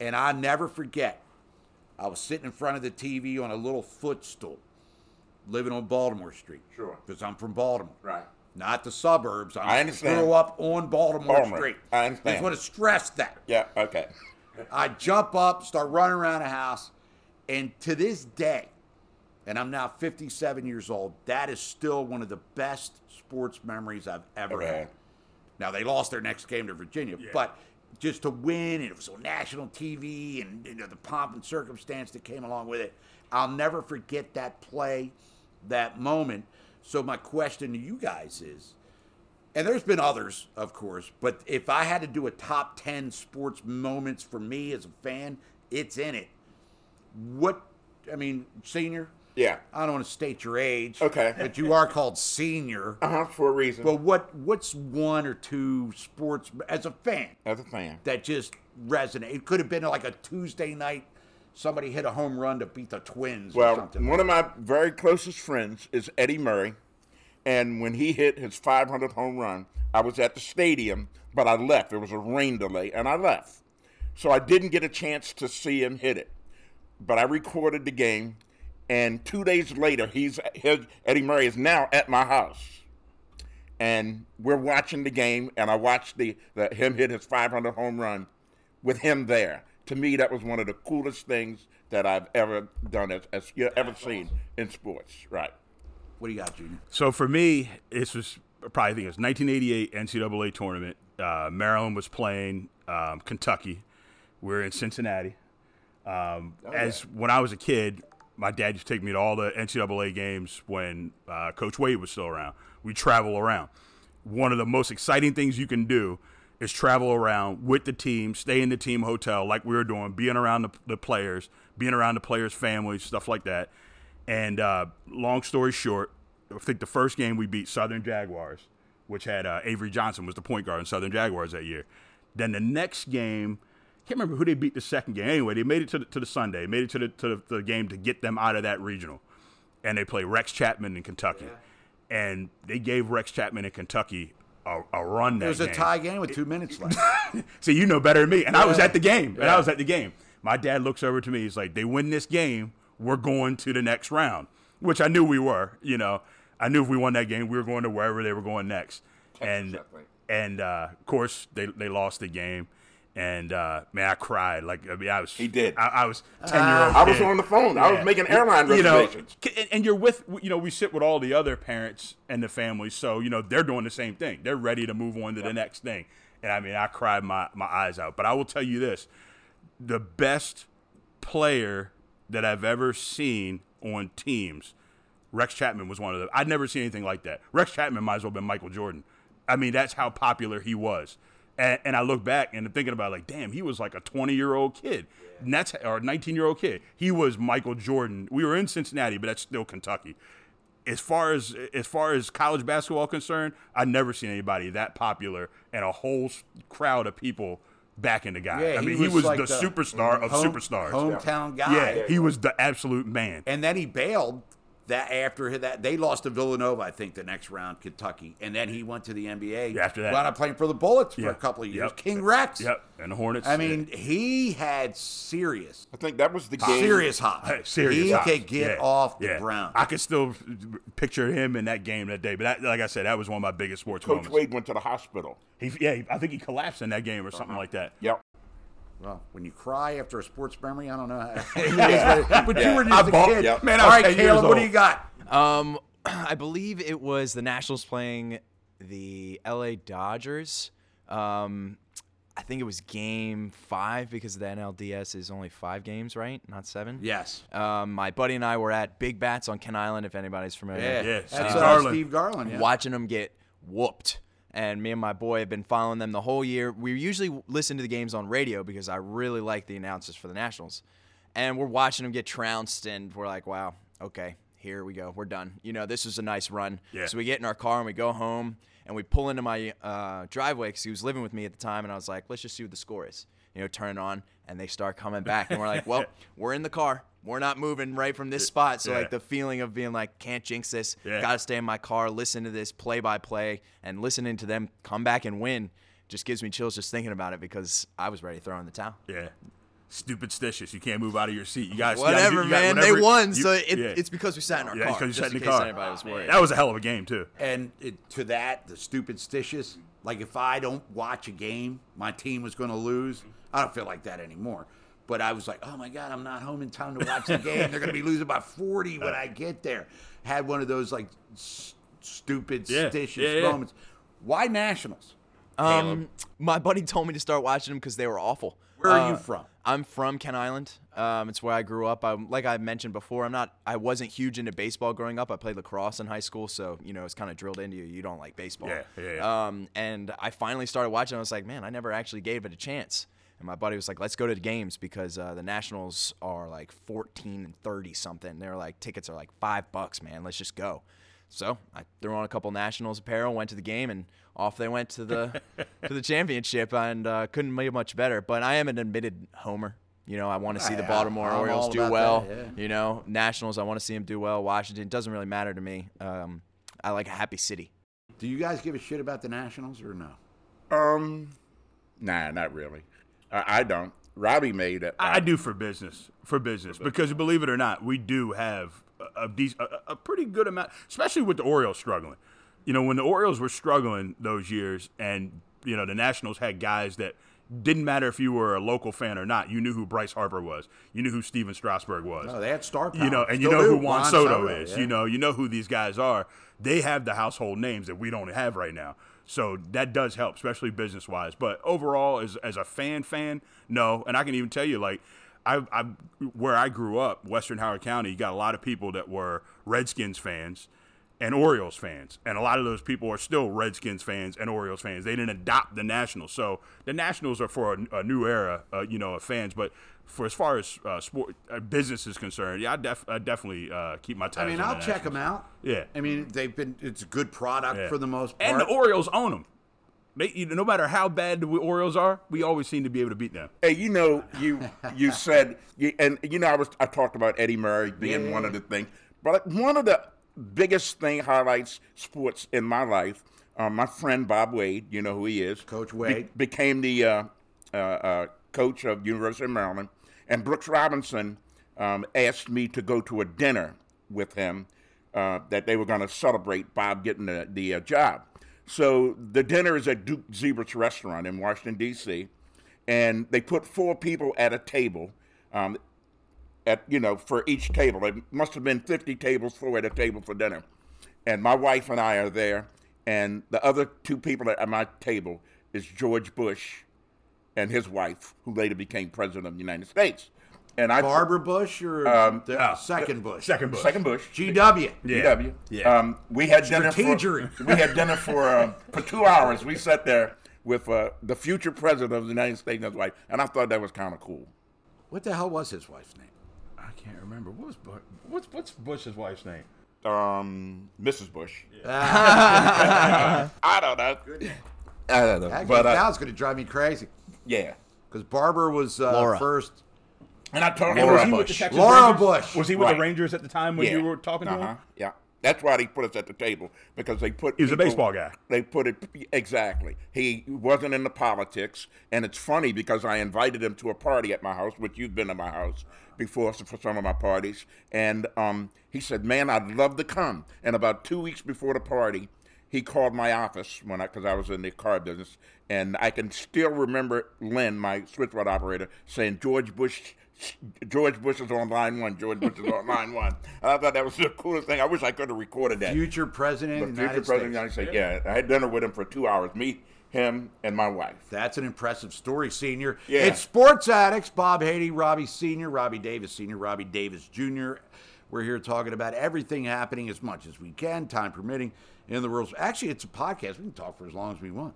And I never forget, I was sitting in front of the TV on a little footstool living on Baltimore Street. Sure. Because I'm from Baltimore. Right. Not the suburbs. I'm- I understand. Grew up on Baltimore, Baltimore. Street. I Just understand. want to stress that. Yeah. Okay. I jump up, start running around the house, and to this day, and I'm now 57 years old, that is still one of the best sports memories I've ever Okay. had. Now they lost their next game to Virginia, but just to win, and it was on national TV, and you know the pomp and circumstance that came along with it. I'll never forget that play, that moment. So my question to you guys is, and there's been others, of course, but if I had to do a top 10 sports moments for me as a fan, it's in it. What, I mean, senior? Yeah. I don't want to state your age. Okay. But you are called senior. Uh huh. For a reason. But what what's one or two sports as a fan As a fan. that just resonate? It could have been like a Tuesday night somebody hit a home run to beat the Twins or Well, something. one of my very closest friends is Eddie Murray, and when he hit his 500th home run, I was at the stadium, but I left. There was a rain delay, and I left, so I didn't get a chance to see him hit it. But I recorded the game, and two days later, he's his, Eddie Murray is now at my house, and we're watching the game, and I watched the, the him hit his 500 home run with him there. To me, that was one of the coolest things that I've ever done, as, as you ever seen in sports. Right. What do you got, Junior? So for me, this was probably I think it was 1988 NCAA tournament. Uh, Maryland was playing um, Kentucky. We are in Cincinnati. Um, as when I was a kid, my dad used to take me to all the NCAA games when uh, Coach Wade was still around. We travel around. One of the most exciting things you can do is travel around with the team, stay in the team hotel like we were doing, being around the, the players, being around the players' families, stuff like that. And uh, long story short, I think the first game we beat Southern Jaguars, which had uh, Avery Johnson was the point guard in Southern Jaguars that year. Then the next game, can't remember who they beat the second game. Anyway, they made it to the, to the Sunday, made it to the, to the, the game to get them out of that regional, and they play Rex Chapman in Kentucky, and they gave Rex Chapman in Kentucky a, a run. That It was a game. tie game with two minutes left. So you know better than me. And I was Yeah. at the game. And I was at the game. My dad looks over to me. He's like, they win this game, we're going to the next round, which I knew we were. You know, I knew if we won that game, we were going to wherever they were going next. and I think. and uh, of course, they, they lost the game. And uh, man, I cried. Like I mean, I was. He did. Uh, I, I was ten year old. I was on the phone. I was making airline You know, reservations. c- and, and you're with you know we sit with all the other parents and the families, so you know they're doing the same thing. They're ready to move on to the next thing. And I mean, I cried my my eyes out. But I will tell you this: the best player that I've ever seen on teams, Rex Chapman was one of them. I'd never seen anything like that. Rex Chapman might as well have been Michael Jordan. I mean, that's how popular he was. And, and I look back and I'm thinking about it, like, damn, he was like a 20 year old kid, and that's or 19 year old kid. He was Michael Jordan. We were in Cincinnati, but that's still Kentucky. As far as as far as college basketball concerned, I've never seen anybody that popular and a whole s- crowd of people backing the guy. Yeah, I mean, he was, like the, superstar of home- superstars. hometown guy. Yeah, he was the absolute man. and then he bailed that after that they lost to Villanova, I think, the next round, Kentucky, and then he went to the NBA. Yeah, after that. wound up playing for the Bullets for Yeah. a couple of years. Yep. King Rex. Yep, and the Hornets. I mean, he had serious, I think that was the game. serious hot. serious. He hops. could get Yeah, off the yeah. ground. I could still picture him in that game that day. But that, like I said, that was one of my biggest sports Coach moments. Wade went to the hospital. He, yeah, he- I think he collapsed in that game or Uh-huh. something like that. Yep. well, when you cry after a sports memory, I don't know. How, but you were just a bought- kid. yeah. Man, I All was right, 10 years Caleb, what do old. you got? Um, I believe it was the Nationals playing the LA Dodgers. Um, I think it was game five because the NLDS is only five games, right? Not seven? Yes. Um, my buddy and I were at Big Bats on Ken Island, if anybody's familiar. Yeah, Yeah, that's Steve uh, Garland. Steve Garland. Yeah. watching them get whooped. And me and my boy have been following them the whole year. We usually listen to the games on radio because I really like the announcers for the Nationals. And we're watching them get trounced, and we're like, wow, okay, here we go. We're done. You know, this was a nice run. Yeah. So we get in our car and we go home and we pull into my uh, driveway because he was living with me at the time. And I was like, let's just see what the score is. You know, turn it on, and they start coming back. And we're like, well, we're in the car. We're not moving right from this spot. So, Yeah. like, the feeling of being like, can't jinx this. Yeah. Got to stay in my car, listen to this play by play, and listening to them come back and win just gives me chills just thinking about it because I was ready to throw in the towel. Yeah. Stupid stitious. You can't move out of your seat. You guys, you gotta do- Whatever, you got- man. whatever- they won, you- so it, yeah. it's because we sat in our yeah, car. it's because you just sat in the case car. anybody was worried. That was a hell of a game too. And it, to that, the stupid stitious, like if I don't watch a game, my team was going to lose. I don't feel like that anymore. But I was like, oh my God, I'm not home in time to watch the game. They're going to be losing by 40 when I get there. Had one of those like s- stupid Yeah, stitious yeah, yeah. moments. Why Nationals? Um, my buddy told me to start watching them because they were awful. Uh, Where are you from? I'm from Ken Island. Um, it's where I grew up. I, like I mentioned before, I'm not. I wasn't huge into baseball growing up. I played lacrosse in high school, so you know it's kind of drilled into you. You don't like baseball. Yeah, yeah, yeah. Um, and I finally started watching. I was like, man, I never actually gave it a chance. And my buddy was like, let's go to the games because uh, the Nationals are like 14 and 30 something. They're like tickets are like five bucks, man. Let's just go. So I threw on a couple Nationals apparel, went to the game, and off they went to the to the championship, and uh, couldn't be much better. But I am an admitted homer. You know, I want to see the Yeah, Baltimore I'm all Orioles do about well. that, You know, Nationals, I want to see them do well. Washington doesn't really matter to me. Um, I like a happy city. Do you guys give a shit about the Nationals or no? Um, nah, not really. I, I don't. Robbie made it. I I do for business, for business, because believe it or not, we do have a, a, dec- a, a pretty good amount, especially with the Orioles struggling. You know, when the Orioles were struggling those years, and you know the Nationals had guys that didn't matter if you were a local fan or not, you knew who Bryce Harper was, you knew who Steven Strasburg was. No, Oh, they had star power. you know, and you Still know who do. Juan, Soto, Soto, is. yeah. You know, you know who these guys are. They have the household names that we don't have right now. So that does help, especially business wise. But overall, as as a fan, fan, no. And I can even tell you, like, I, I where I grew up, Western Howard County, you got a lot of people that were Redskins fans and Orioles fans, and a lot of those people are still Redskins fans and Orioles fans. They didn't adopt the Nationals, so the Nationals are for a, a new era, uh, you know, of fans. But for as far as uh, sport uh, business is concerned, yeah, I, def- I definitely uh, keep my tabs. I mean, on I'll the check Nationals. them out. Yeah. I mean, they've been. It's a good product Yeah. for the most part. And the Orioles own them. They, you know, no matter how bad the Orioles are, we always seem to be able to beat them. Hey, you know, you you said, you, and you know, I was I talked about Eddie Murray being one of the things, but one of the biggest thing highlights sports in my life. Um, my friend Bob Wade, you know who he is, Coach Wade. became the uh, uh, uh, coach of University of Maryland, and Brooks Robinson um, asked me to go to a dinner with him uh, that they were going to celebrate Bob getting the, the uh, job. So the dinner is at Duke Zebrats Restaurant in Washington D.C., and they put four people at a table. Um, at you know for each table. There must have been 50 tables, four at a table for dinner. And my wife and I are there, and the other two people at my table is George Bush and his wife, who later became president of the United States. And I Barbara Bush or the second Bush. Second book. Um, second Bush. GW. Yeah. GW. Yeah. Um, we had dinner Strategery. for we had dinner for uh, for two hours. We sat there with uh, the future president of the United States and his wife, and I thought that was kind of cool. What the hell was his wife's name? I can't remember what was Bu- what's what's Bush's wife's name. Um, Mrs. Bush. Ah, I don't know. I don't know. that But uh, now it's going to drive me crazy yeah. because Barbara was uh, Laura. first. And I told And her was Laura he with the Bush. Texas Laura Rangers? Bush. Was he with Right. the Rangers at the time when you were talking to Uh-huh. him? Yeah. That's why they put us at the table because they put. He was a people- baseball guy. They put it exactly. He wasn't into politics, and it's funny because I invited him to a party at my house, which you've been to my house before for some of my parties, and um, he said, "Man, I'd love to come." And about two weeks before the party, he called my office when I because I was in the car business, and I can still remember Lynn, my switchboard operator, saying George Bush. George Bush is on line one. George Bush is on line one. And I thought that was the coolest thing. I wish I could have recorded that. Future president The of the future United president of the States. United States. Yeah. I had dinner with him for two hours. Me, him, and my wife. That's an impressive story, Senior. Yeah. It's Sports Addicts, Bob Haiti, Robbie Senior, Robbie Davis Senior, Robbie Davis Jr. We're here talking about everything happening as much as we can, time permitting, in the world. Actually, it's a podcast. We can talk for as long as we want.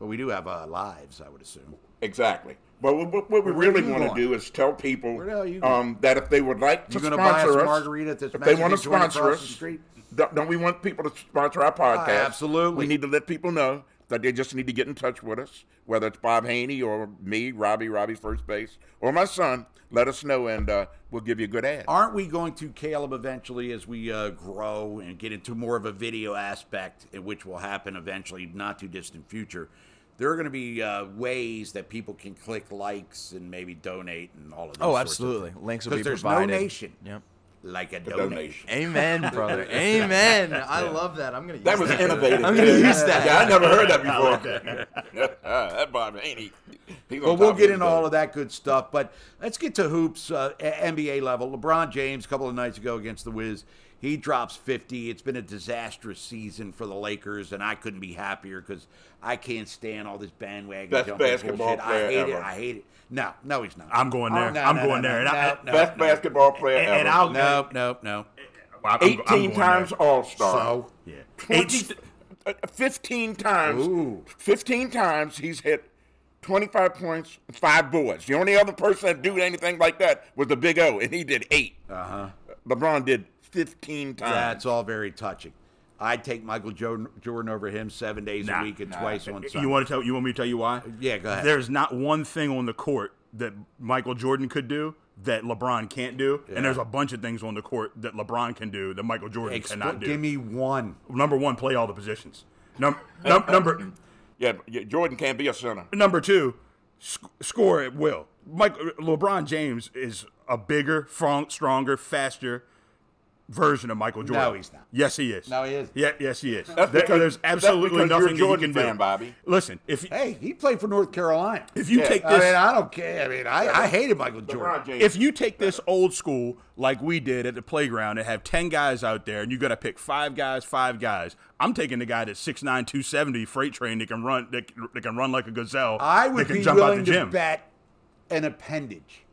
But we do have uh, lives, I would assume. Exactly. But what, what- what Where we are really you want to going? do is tell people Where the hell are you going? um, that if they would like to You gonna sponsor buy us a us, margarita at this if they want to Mexican joint sponsor across the us, street? Ah, don't, don't we want people to sponsor our podcast? absolutely. We need to let people know that they just need to get in touch with us, whether it's Bob Haney or me, Robbie, Robbie First Base, or my son. Let us know, and uh, we'll give you a good ad. Aren't we going to, Caleb, eventually as we uh, grow and get into more of a video aspect, eh, which will happen eventually, not too distant future? There are going to be uh, ways that people can click likes and maybe donate and all of those Oh, sorts of absolutely. things. Links will be 'Cause there's provided. donation Yep. like a donation. donation. Amen, brother. Amen. I love that. I'm gonna. Use That was innovative. I'm gonna use that. Yeah, I never heard that before. uh, that Bob Haney. he's on But we'll top of get into everything. all of that good stuff. But let's get to hoops, uh, A- NBA level. LeBron James, a couple of nights ago against the Wiz, he drops 50. It's been a disastrous season for the Lakers, and I couldn't be happier because I can't stand all this bandwagon Best jumping basketball bullshit. player I hate it. ever. I hate it. No, no, he's not. Oh, I'm going there. no, I'm no, going no, there. No, And I- no, Best no, basketball player And, ever. and I'll no, no, no. I'm- I'm- I'm 18 going there. times All Star. So Yeah. 20, uh, 15 times. Ooh. 15 times he's hit 25 points, five boards. The only other person that do anything like that was the Big O, and he did eight. Uh-huh. LeBron did 15 times. that's all very touching. I'd take Michael Jordan, Jordan over him seven days Nah, a week and twice on Sunday. You want to tell? You want me to tell you why? Yeah, go ahead. There's not one thing on the court that Michael Jordan could do that LeBron can't do, and there's a bunch of things on the court that LeBron can do that Michael Jordan Expl- cannot do. give me one. number one, play all the positions. Num- num- number Yeah, yeah, Jordan can't be a center. number two, sc- score at will. Mike LeBron James is a bigger, fron- stronger, faster version of Michael Jordan. he's not. Yes, he is. No, he is. Yeah, yes, he is. There- because- there's that's absolutely because you're a nothing that he Jordan can do. fan, Bobby. Listen, if Hey, he played for North Carolina. if you Yeah. take I this, mean, I don't care. I mean, I, I hated Michael Jordan. LeBron James. if you take this old school like we did at the playground and have 10 guys out there and you got to pick five guys five guys i'm taking the guy that's 6'9 270 freight train that can run that, can- that can run like a gazelle I that would can be jump out willing the to gym bet an appendage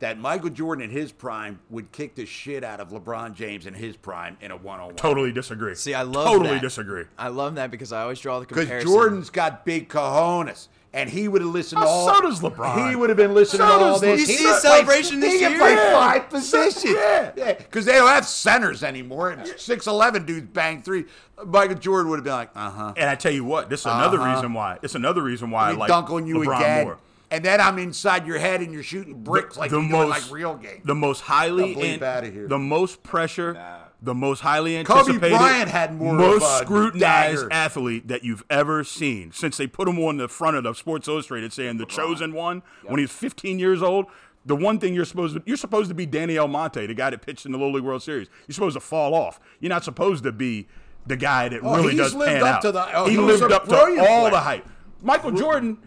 that Michael Jordan in his prime would kick the shit out of LeBron James in his prime in a one-on-one. totally disagree See, I love totally that. disagree I love that because I always draw the Because comparison. Jordan's got big cojones. And he would have listened to Oh, all. so does LeBron. He would have been listening So to all does- this. you He see could his play- celebration this He could year? play Yeah. five So- positions. yeah. because they don't have centers anymore. Six eleven dudes bang three. Michael Jordan would have been like, uh huh. and i tell you what this is another reason why it's another reason why i They like dunk on Uh-huh. you LeBron again, more and then I'm inside your head and you're shooting bricks like you do in, like real game. the most highly Now bleep an- outta here. the most pressure, the most highly Kobe anticipated, Bryant had more most of a scrutinized dagger. athlete that you've ever seen since they put him on the front of the Sports Illustrated saying the chosen one when he was 15 years old. The one thing you're supposed to, you're supposed to be Danny Almonte, the guy that pitched in the Little League World Series. You're supposed to fall off. You're not supposed to be the guy that Oh, really he's does lived pan up out. to the- oh, he, he was lived a up to all brilliant player. the hype. Michael Jordan,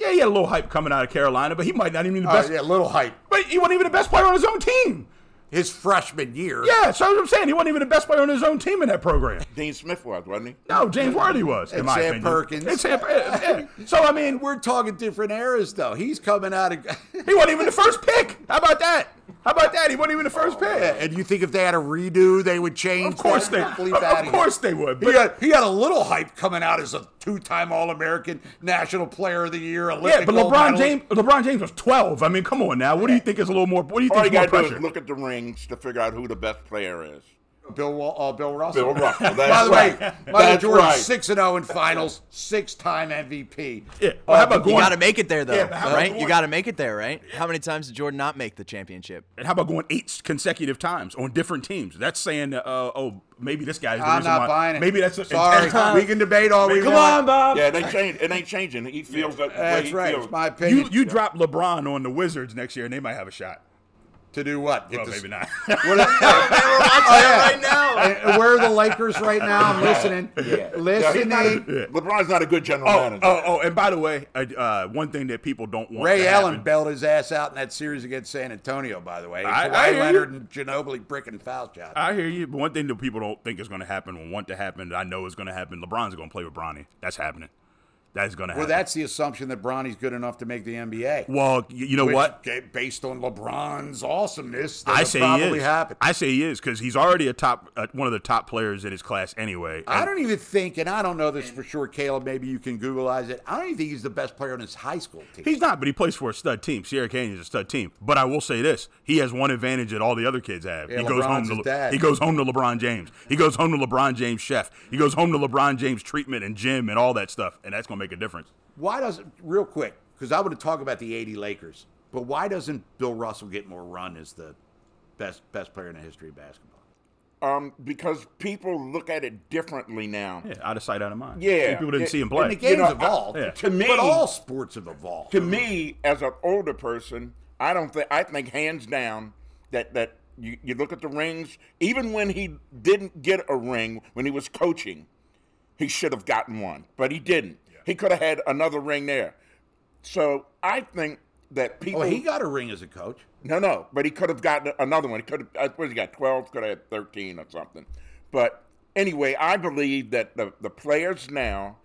yeah, he had a little hype coming out of Carolina, but he might not even be the Oh best. yeah, little hype. But he wasn't even the best player on his own team. His freshman year. Yeah, so that's what I'm saying. He wasn't even the best player on his own team in that program. Dean Smith was, wasn't he? No, James Worthy was, in And my Sam opinion. Perkins. And Sam- yeah, yeah. So, I mean, We're talking different eras though. He's coming out of. he wasn't even the first pick. How about that? How about that? He wasn't even the first pick. Oh, and you think if they had a redo, they would change? Of course they, that? of, Bleep outta here. course they would. He But, had, he had a little hype coming out as a two-time All-American, National Player of the Year, Olympic yeah, but gold LeBron medalist. James, LeBron James was 12. I mean, come on now. What do you think is a little more? What do you All think you is more got to do pressure? is look at the rings to figure out who the best player is. Bill, Wa- uh, Bill Russell. Bill Russell. That's By the right. way, Michael That's Jordan right. six and zero in finals, six-time MVP. Yeah. Well, how about You going? got to make it there, though, Yeah, but how about right? You going- got to make it there, right? How many times did Jordan not make the championship? And how about going eight consecutive times on different teams? That's saying, uh, oh, maybe this guy's the I'm reason not why. buying it. Maybe that's the- sorry. we can debate all we Come want. Bob. Yeah, it ain't, change, it ain't changing. He feels that way. That's He right. feels. It's my You opinion. you drop LeBron on the Wizards next year, and they might have a shot. to do what? Get Well, the- maybe not. What- Oh, that right now. And where are the Lakers right now? I'm listening. Yeah, he's Listening. not a- LeBron's not a good general oh, manager. oh, oh, and by the way, I- uh, one thing that people don't want. Ray to Allen happen- bailed his ass out in that series against San Antonio, by the way. I- Kawhi I hear you. Leonard and Ginobili bricking foul shot. I hear you, but one thing that people don't think is going to happen or want to happen that I know is going to happen. LeBron's going to play with Bronny. That's happening. That is going to well, happen. that's the assumption that Bronny's good enough to make the NBA. well, you, you know which, what? okay, Based on LeBron's awesomeness, I that'll say he probably is. happen. I say he is because he's already a top, uh, one of the top players in his class anyway. I And- don't even think, and I don't know this for sure, Caleb. Maybe you can Googleize it. I don't even think he's the best player on his high school team. He's not, but he plays for a stud team. Sierra Canyon's a stud team. But I will say this: he has one advantage that all the other kids have. Yeah, he goes LeBron's home to his Le- dad. he goes home to LeBron James. He goes home to LeBron James chef. He goes home to LeBron James treatment and gym and all that stuff, and that's gonna make a difference. Why doesn't real quick? Because I want to talk about the '80 Lakers, but why doesn't Bill Russell get more run as the best best player in the history of basketball? oh. Um, because people look at it differently now. Yeah, out of sight, out of mind. Yeah. people didn't Yeah. see him And the play. game's know, I- evolved. yeah. To me- but all sports have evolved. To me, as an older person, I don't think I think hands down that that you, you look at the rings. Even when he didn't get a ring when he was coaching, he should have gotten one, but he didn't. He could have had another ring there. So I think that people well, he got a ring as a coach. No, no, but he could have gotten another one. He could have, uh, what he got, 12, could have had 13 or something. But anyway, I believe that the, the players now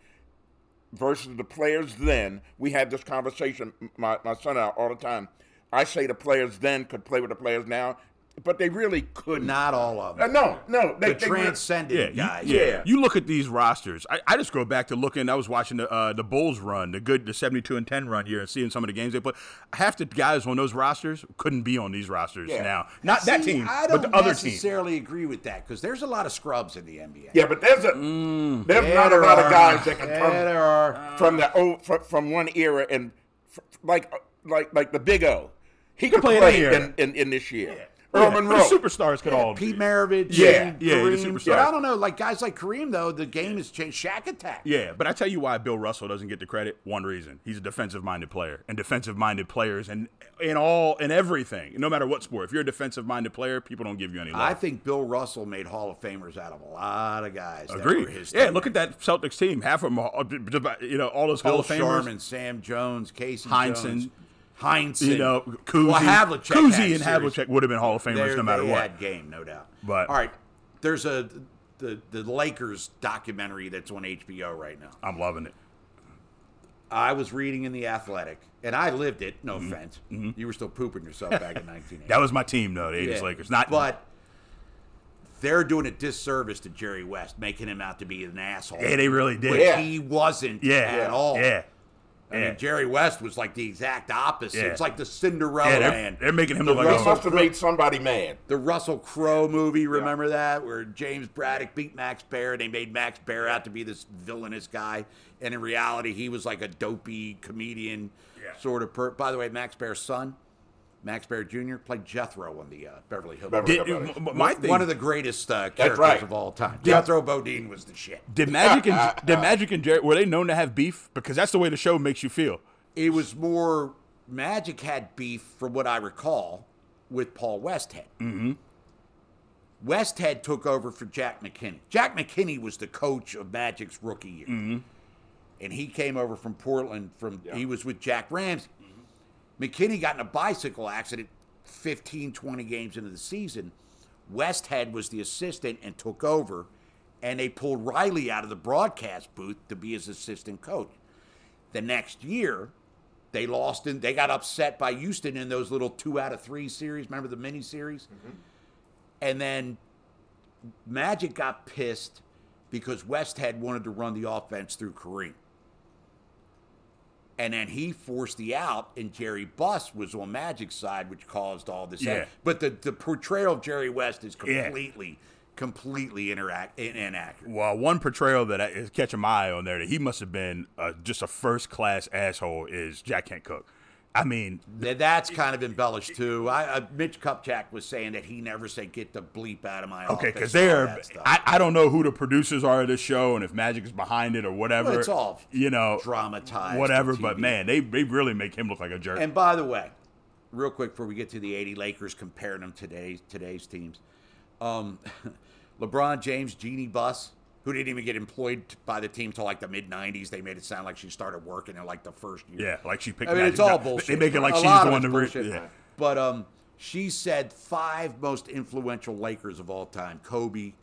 versus the players then, we have this conversation, my, my son and I, all the time. I say the players then could play with the players now, but they really couldn't. Not all of Uh, them. no, no. They, the they really- transcendent yeah, guys. you, yeah. Yeah. You look at these rosters. I, I just go back to looking. I was watching the uh, the Bulls run, the good, the seventy two and ten run here, and seeing some of the games they played. Half the guys on those rosters couldn't be on these rosters Yeah. now. Not that See, team, I but don't the other team. necessarily agree with that because there's a lot of scrubs in the NBA. Yeah, but there's a there's Yeah, not a Mm, there lot are. of guys that can Yeah, come there are. from the old from, from one era and f- like uh, like like the Big O. He could play play, in the in, air. in, in this year. Yeah, Earl Monroe. The superstars could all. Pete Maravich, Yeah. and Yeah, the Kareem. superstar. But I don't know, like guys like Kareem though, the game has changed. Shack Attack. Yeah, but I tell you why Bill Russell doesn't get the credit. One reason: he's a defensive-minded player, and defensive-minded players, and in all and everything, no matter what sport, if you're a defensive-minded player, people don't give you any love. I think Bill Russell made Hall of Famers out of a lot of guys. that Agree. were his Yeah, team. look at that Celtics team. Half of them are, just about- you know, all those Hall Bill of Famers. Sharman, Sam Jones, Casey Heinsohn. Jones, Heinsohn. You know, Kuzi, well, Havlicek had Kuzi and series. Havlicek would have been Hall of Famers They're- no matter they what. Had game, no doubt. But- all right, there's a the the Lakers documentary that's on HBO right now. I'm loving it. I was reading in the Athletic, and I lived it. No offense, you were still pooping yourself back in 1980. Mm-hmm. That was my team, though, the 80s Yeah. Lakers. Not but they're doing a disservice to Jerry West, making him out to be an asshole. Yeah, they really did. which Yeah. he wasn't yeah, at all. Yeah, I yeah. mean, Jerry West was like the exact opposite. Yeah. It's like the Cinderella yeah they're, man. they're making him The look They like Russell- a must have made somebody mad. the Russell Crowe movie, remember that, where James Braddock beat Max Baer, and they made Max Baer out to be this villainous guy, and in reality, he was like a dopey comedian Yeah. sort of. Per- By the way, Max Baer's son, Max Baer Jr., played Jethro on the uh, Beverly Hills. Beverly- Did, m- m- my one, thing, one of the greatest uh, characters right. of all time. Jethro Bodine was the shit. did Magic and did Magic and Jerry were they known to have beef? Because that's the way the show makes you feel. It was more Magic had beef, from what I recall, with Paul Westhead. Mm-hmm. Westhead took over for Jack McKinney. Jack McKinney was the coach of Magic's rookie year, and he came over from Portland. From he was with Jack Ramsey. McKinney got in a bicycle accident 15, 20 games into the season. Westhead was the assistant and took over, and they pulled Riley out of the broadcast booth to be his assistant coach. The next year, they lost and they got upset by Houston in those little two out of three series. Remember the mini series? Mm-hmm. And then Magic got pissed because West had wanted to run the offense through Kareem. And then he forced the out, and Jerry Buss was on Magic's side, which caused all this. Yeah. But the, the portrayal of Jerry West is Yeah. completely, completely interact, in- inaccurate. Well, one portrayal that I- is catching my eye on there that he must have been uh, just a first class asshole is Jack Kent Cook. I mean, Th- That's kind of embellished too. I, I Mitch Kupchak was saying that he never said "get the bleep out of my office." Okay, because and Oh, all they're. that stuff. I, I don't know who the producers are of this show and if Magic is behind it or whatever. Well, it's all you know dramatized whatever. on But TV. man, they they really make him look like a jerk. and by the way, real quick before we get to the '80 Lakers, comparing them today today's teams, um, LeBron James, Jeannie Buss, who didn't even get employed t- by the team till like the mid '90s. They made it sound like she started working in like the first year. yeah, like she picked. I mean, it's Magic all up. bullshit. They make it like A she's lot the of one to it's root. bullshit. Yeah. But um, she said five most influential Lakers of all time: Kobe,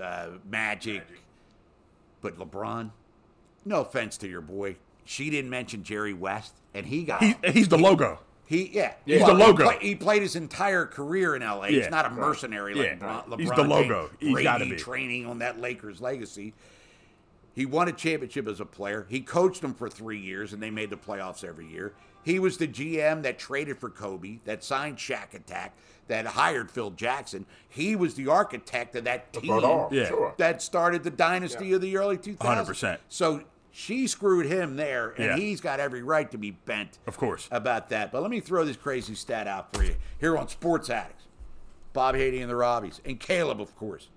uh, Magic, but LeBron. No offense to your boy, she didn't mention Jerry West, and he got He, he's the logo. he yeah. He's Well, the logo. He, play- he played his entire career in L.A. Yeah. He's not a mercenary like Yeah. LeBron. He's LeBron the James. logo. He's Brady gotta be. training on that Lakers legacy. He won a championship as a player. He coached them for three years, and they made the playoffs every year. He was the GM that traded for Kobe, that signed Shaq Attack, that hired Phil Jackson. He was the architect of that team Bernard, Yeah. sure. that started the dynasty of the early 2000s. 100%. So she screwed him there, and Yeah. he's got every right to be bent Of course. about that. But let me throw this crazy stat out for you here on Sports Addicts. Bob Haady and the Robbies, and Caleb, of course.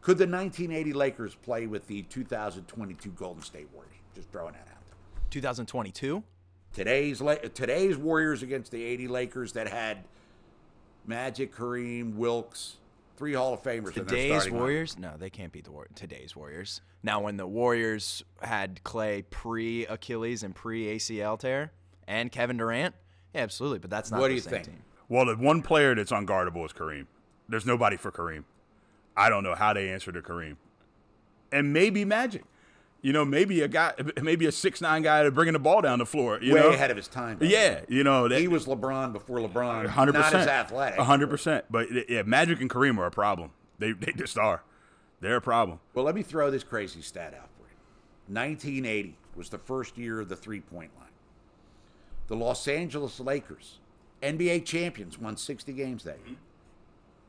Could the 1980 Lakers play with the 2022 Golden State Warriors? Just throwing that out there. 2022. Today's La- today's Warriors against the 80 Lakers that had Magic, Kareem, Wilkes, three Hall of Famers. in their Today's starting lineup. Warriors? No, they can't beat the War- today's Warriors. Now, when the Warriors had Clay pre Achilles and pre ACL tear, and Kevin Durant, yeah, absolutely. But that's not What the do you same think? team. Well, the one player that's unguardable is Kareem. There's nobody for Kareem. I don't know how they answer to Kareem, and maybe Magic. You know, maybe a guy, maybe a six nine guy bringing the ball down the floor. You Way know? ahead of his time. by the way. Yeah, you know that He was LeBron before LeBron. hundred Not percent. as athletic. hundred percent. But y- yeah, Magic and Kareem are a problem. They they just are. They're a problem. Well, let me throw this crazy stat out for you. 1980 was the first year of the three point line. The Los Angeles Lakers, NBA champions, won 60 games that year.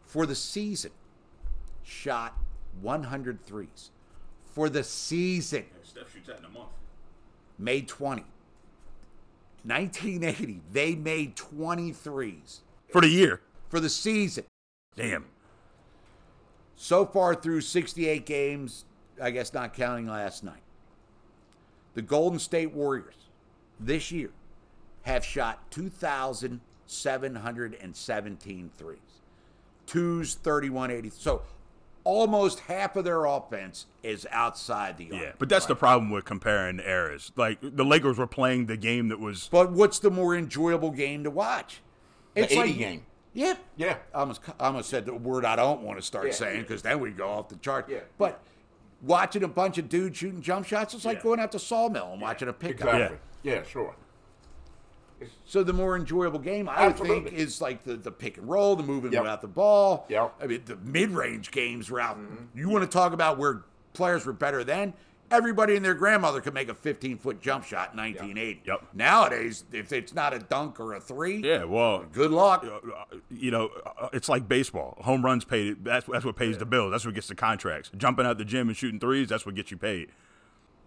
For the season, shot 100 threes. For the season, Steph shoots that in a month. made 20. 1980, they made 23s for the year. for the season. Damn. So far through 68 games, I guess not counting last night, the Golden State Warriors this year have shot 2,717 threes. Twos, 3180. So almost half of their offense is outside the arc. Yeah, but that's the problem with comparing eras. Like the Lakers were playing the game that was But what's the more enjoyable game to watch? The 80 game. Yeah. Yeah. I almost, I almost said the word I don't want to start saying because then we go off the chart. Yeah. But watching a bunch of dudes shooting jump shots, it's like Yeah. going out to Sawmill and watching a pickup. Exactly. Yeah, sure. So the more enjoyable game, I would think, Absolutely. is like the, the pick and roll, the moving Yep. without the ball. Yep. I mean, the mid range games were out. You want to talk about where players were better then? Everybody and their grandmother could make a 15 foot jump shot in 1980. Yep. Nowadays, if it's not a dunk or a three, yeah. Well, good luck. you know, uh, it's like baseball. Home runs paid. That's that's what pays the bills. That's what gets the contracts. Jumping out the gym and shooting threes. That's what gets you paid.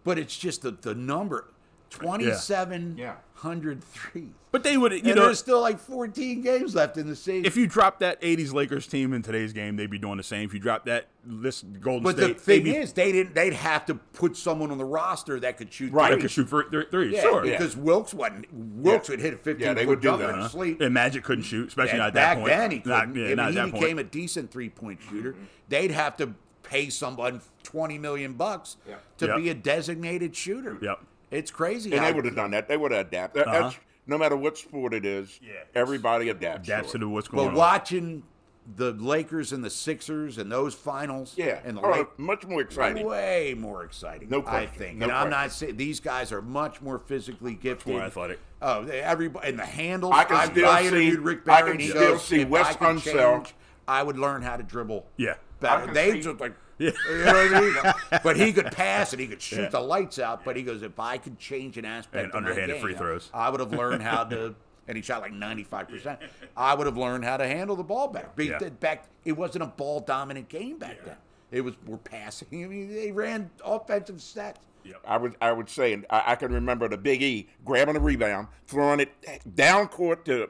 But it's just the, the number 2,700 threes. But they would, you and know, there's still like 14 games left in the season. if you drop that '80s Lakers team in today's game, they'd be doing the same. If you drop that this Golden but the State, thing they'd be, is, they didn't. They'd have to put someone on the roster that could shoot. Right. they threes. could shoot for th- threes. Yeah, sure. because Wilkes wasn't. Wilkes would hit a 15 Yeah, they foot would do jumper that, in huh? his sleep. And Magic couldn't shoot, especially And not at that back point. then, he Not- couldn't. yeah, I mean, not at he that point. became a decent three point shooter. They'd have to pay someone 20 million bucks Yeah. to Yep. be a designated shooter. Yep. It's crazy. And how- they would have done that. They would have adapted. That- That's, no matter what sport it is, Uh-huh. Yeah, it's- everybody adapts. That's to it. to what's going But on. watching the Lakers and the Sixers and those finals, Yeah. and the Oh, Lakers. much more exciting. way more exciting. No I question. think, No and I'm question. not saying these guys are much more physically gifted, more athletic. Oh, they- everybody and the handle. I can still I see- interviewed Rick I Barry. can and he still goes, see "If Wes I could Unseld- change, I would learn how to dribble. Yeah. I better. can They see- just like. you know what I mean? but he could pass and he could shoot the lights out. But he goes, if I could change an aspect And of my underhanded game, free throws. I would have learned how to. And he shot like 95%. I would have learned how to handle the ball better. Be- Yeah. Back, it wasn't a ball dominant game back then. It was we're passing. I mean, they ran offensive sets. I would I would say, and I, I can remember the Big E grabbing the rebound, throwing it down court to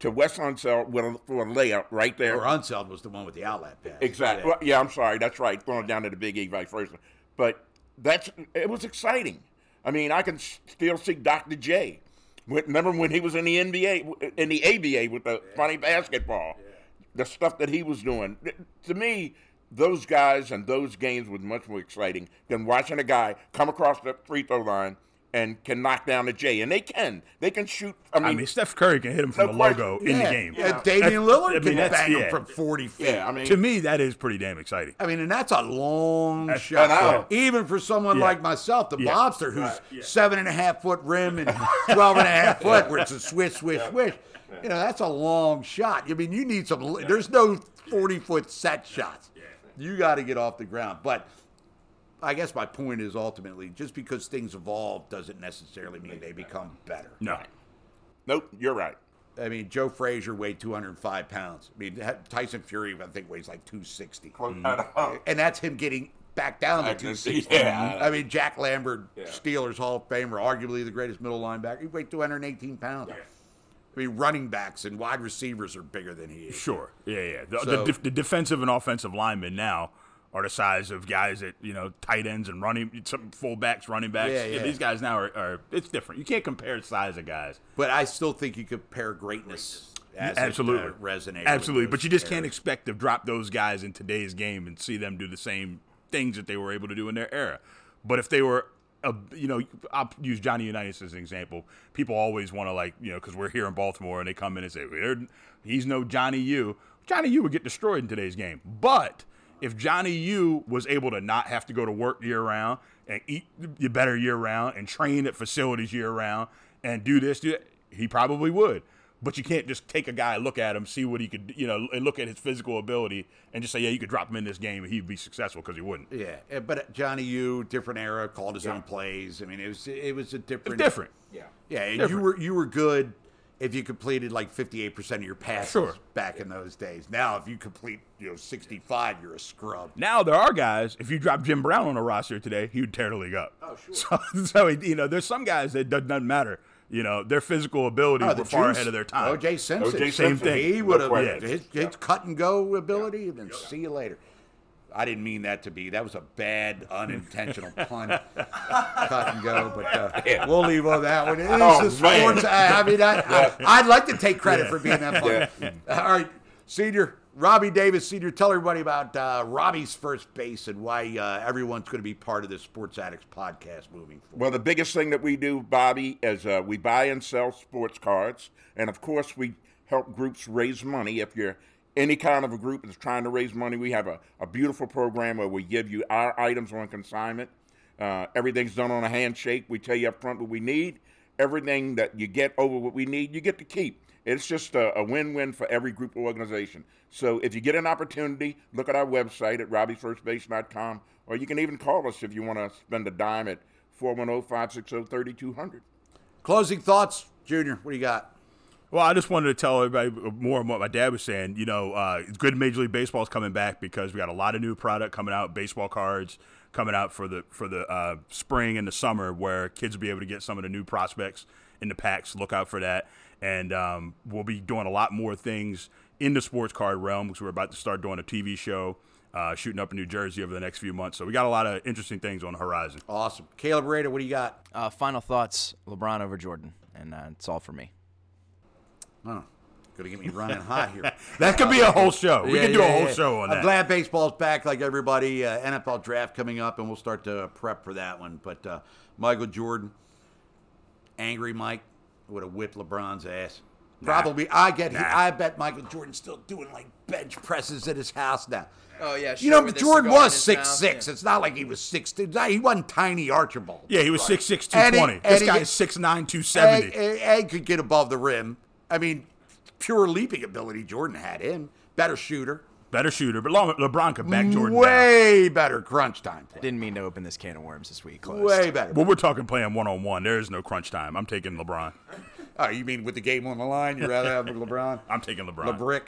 to Wes Unseld with a, for a layup right there. Or Unseld was the one with the outlet pass. Exactly. Yeah. Well, yeah, I'm sorry. That's right. Throwing it down to the Big E, vice versa. But that's it was exciting. I mean, I can s- still see Dr. J. When- Remember when he was in the NBA, in the ABA with the funny basketball, the stuff that he was doing. Th- To me, those guys and those games was much more exciting than watching a guy come across the free throw line and can knock down a J. And they can. They can shoot. I mean, I mean, Steph Curry can hit him from No the question. logo in the game. And That's- Damian Lillard I mean, can that's- bang him yeah. from 40 feet. yeah, I mean, To me, that is pretty damn exciting. I mean, and that's a long That's- shot. I know. Even for someone Yeah. like myself, the Yeah. lobster, who's seven and a half foot rim and 12 and a half foot, where it's a swish, swish, swish. You know, that's a long shot. I mean, you need some, li- there's no 40 foot set shots. You got to get off the ground. But I guess my point is ultimately just because things evolve doesn't necessarily mean they become better. No. nope, you're right. I mean, Joe Frazier weighed 205 pounds. I mean, Tyson Fury, I think, weighs like 260. And that's him getting back down to Back to 260. 260, yeah. I mean, Jack Lambert, Steelers Hall of Famer, arguably the greatest middle linebacker, he weighed 218 pounds. I mean, running backs and wide receivers are bigger than he is. Sure. Yeah, yeah. The, So- the, def- the defensive and offensive linemen now are the size of guys that, you know, tight ends and running, some fullbacks, running backs. Yeah, yeah. These guys now are, are, it's different. You can't compare size of guys. But I still think you could pair greatness as it, uh, Absolutely. resonated with Absolutely. But those you just can't eras. expect to drop those guys in today's game and see them do the same things that they were able to do in their era. But if they were, a, you know, I'll use Johnny Unitas as an example. People always want to, like, you know, because we're here in Baltimore and they come in and say, "We're- he's no Johnny U. Johnny U would get destroyed in today's game. But if Johnny U was able to not have to go to work year round and eat y- better year round and train at facilities year round and do this, do that, he probably would. But you can't just take a guy, look at him, see what he could, you know, and look at his physical ability and just say, yeah, you could drop him in this game and he'd be successful because he wouldn't. Yeah, eh, but Johnny U, different era, called his own plays. I mean, it was it was a It's different different. Yeah. Yeah, and you Different. were you were good if you completed like fifty eight percent of your passes Sure. back in those days. Now, if you complete you know sixty five, you're a scrub. Now there are guys. If you drop Jim Brown on a roster today, he would tear the league up. Oh sure. So, so you know, there's some guys that does- doesn't matter. You know, their physical abilities Oh, were the far juice. ahead of their time. O.J. Simpson. O.J. Same Simpson. thing. He would have No question. his, his cut and go ability, and then see you later. I didn't mean that to be. That was a bad, unintentional pun. Cut and go, but uh, we'll leave on that one. It is Oh, the man. sports. I, I mean, I, I, I'd like to take credit for being that funny. All right, Senior Robbie Davis, Senior, tell everybody about uh, Robbie's first base and why uh, everyone's going to be part of this Sports Addicts podcast moving forward. Well, the biggest thing that we do, Bobby, is uh, we buy and sell sports cards, and of course, we help groups raise money. If you're any kind of a group that's trying to raise money, we have a, a beautiful program where we give you our items on consignment. Uh, everything's done on a handshake. We tell you up front what we need. Everything that you get over what we need, you get to keep. It's just a, a win-win for every group or organization. So if you get an opportunity, look at our website at robbiesfirstbase.com, or you can even call us if you want to spend a dime at oh, 410-560-3200. Closing thoughts, Junior. What do you got? Well, I just wanted to tell everybody more on what my dad was saying. You know, uh, it's good Major League Baseball is coming back because we got a lot of new product coming out, baseball cards coming out for the for the uh, spring and the summer, where kids will be able to get some of the new prospects in the packs. Look out for that, and um, we'll be doing a lot more things in the sports card realm because we're about to start doing a TV show, uh, shooting up in New Jersey over the next few months. So we got a lot of interesting things on the horizon. Awesome, Caleb Rader. What do you got? Uh, final thoughts: LeBron over Jordan, and uh, it's all for me. Oh, gonna get me running hot here. That could be a whole show. We Yeah, could do yeah, a whole yeah. show on I'm that. glad baseball's back, like everybody. Uh, NFL draft coming up, and we'll start to prep for that one. But uh, Michael Jordan, angry Mike, would have whipped LeBron's ass. Probably, I get. He, I bet Michael Jordan's still doing like bench presses at his house now. Oh, yeah, you sure, know with his Jordan cigar in was his six mouth, six. yeah. It's not like he was six two. He wasn't tiny Archibald. yeah, he was six six two And he- twenty. and This he guy get- is six nine two seventy. Ed, Ed could get above the rim. I mean, pure leaping ability. Jordan had him. Better shooter. Better shooter, but long, LeBron could back Jordan down. way better crunch time play. Didn't mean to open this can of worms this week. Closed. Way better. Well, we're talking playing one on one. There is no crunch time. I'm taking LeBron. Oh, you mean with the game on the line, you'd rather have LeBron? I'm taking LeBron. LeBrick.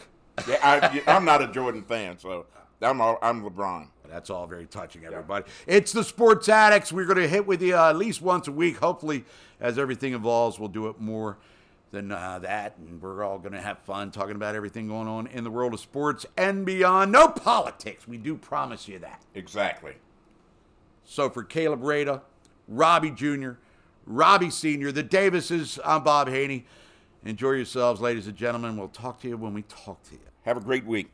Yeah, I, am not a Jordan fan, so I'm all, I'm LeBron. That's all very touching, everybody. It's the Sports Addicts. We're going to hit with you uh, at least once a week. Hopefully, as everything evolves, we'll do it more than uh, that. And we're all going to have fun talking about everything going on in the world of sports and beyond. No politics. We do promise you that. Exactly. So for Caleb Rada, Robbie Jr., Robbie Sr., the Davises, I'm Bob Haney. Enjoy yourselves, ladies and gentlemen. We'll talk to you when we talk to you. Have a great week.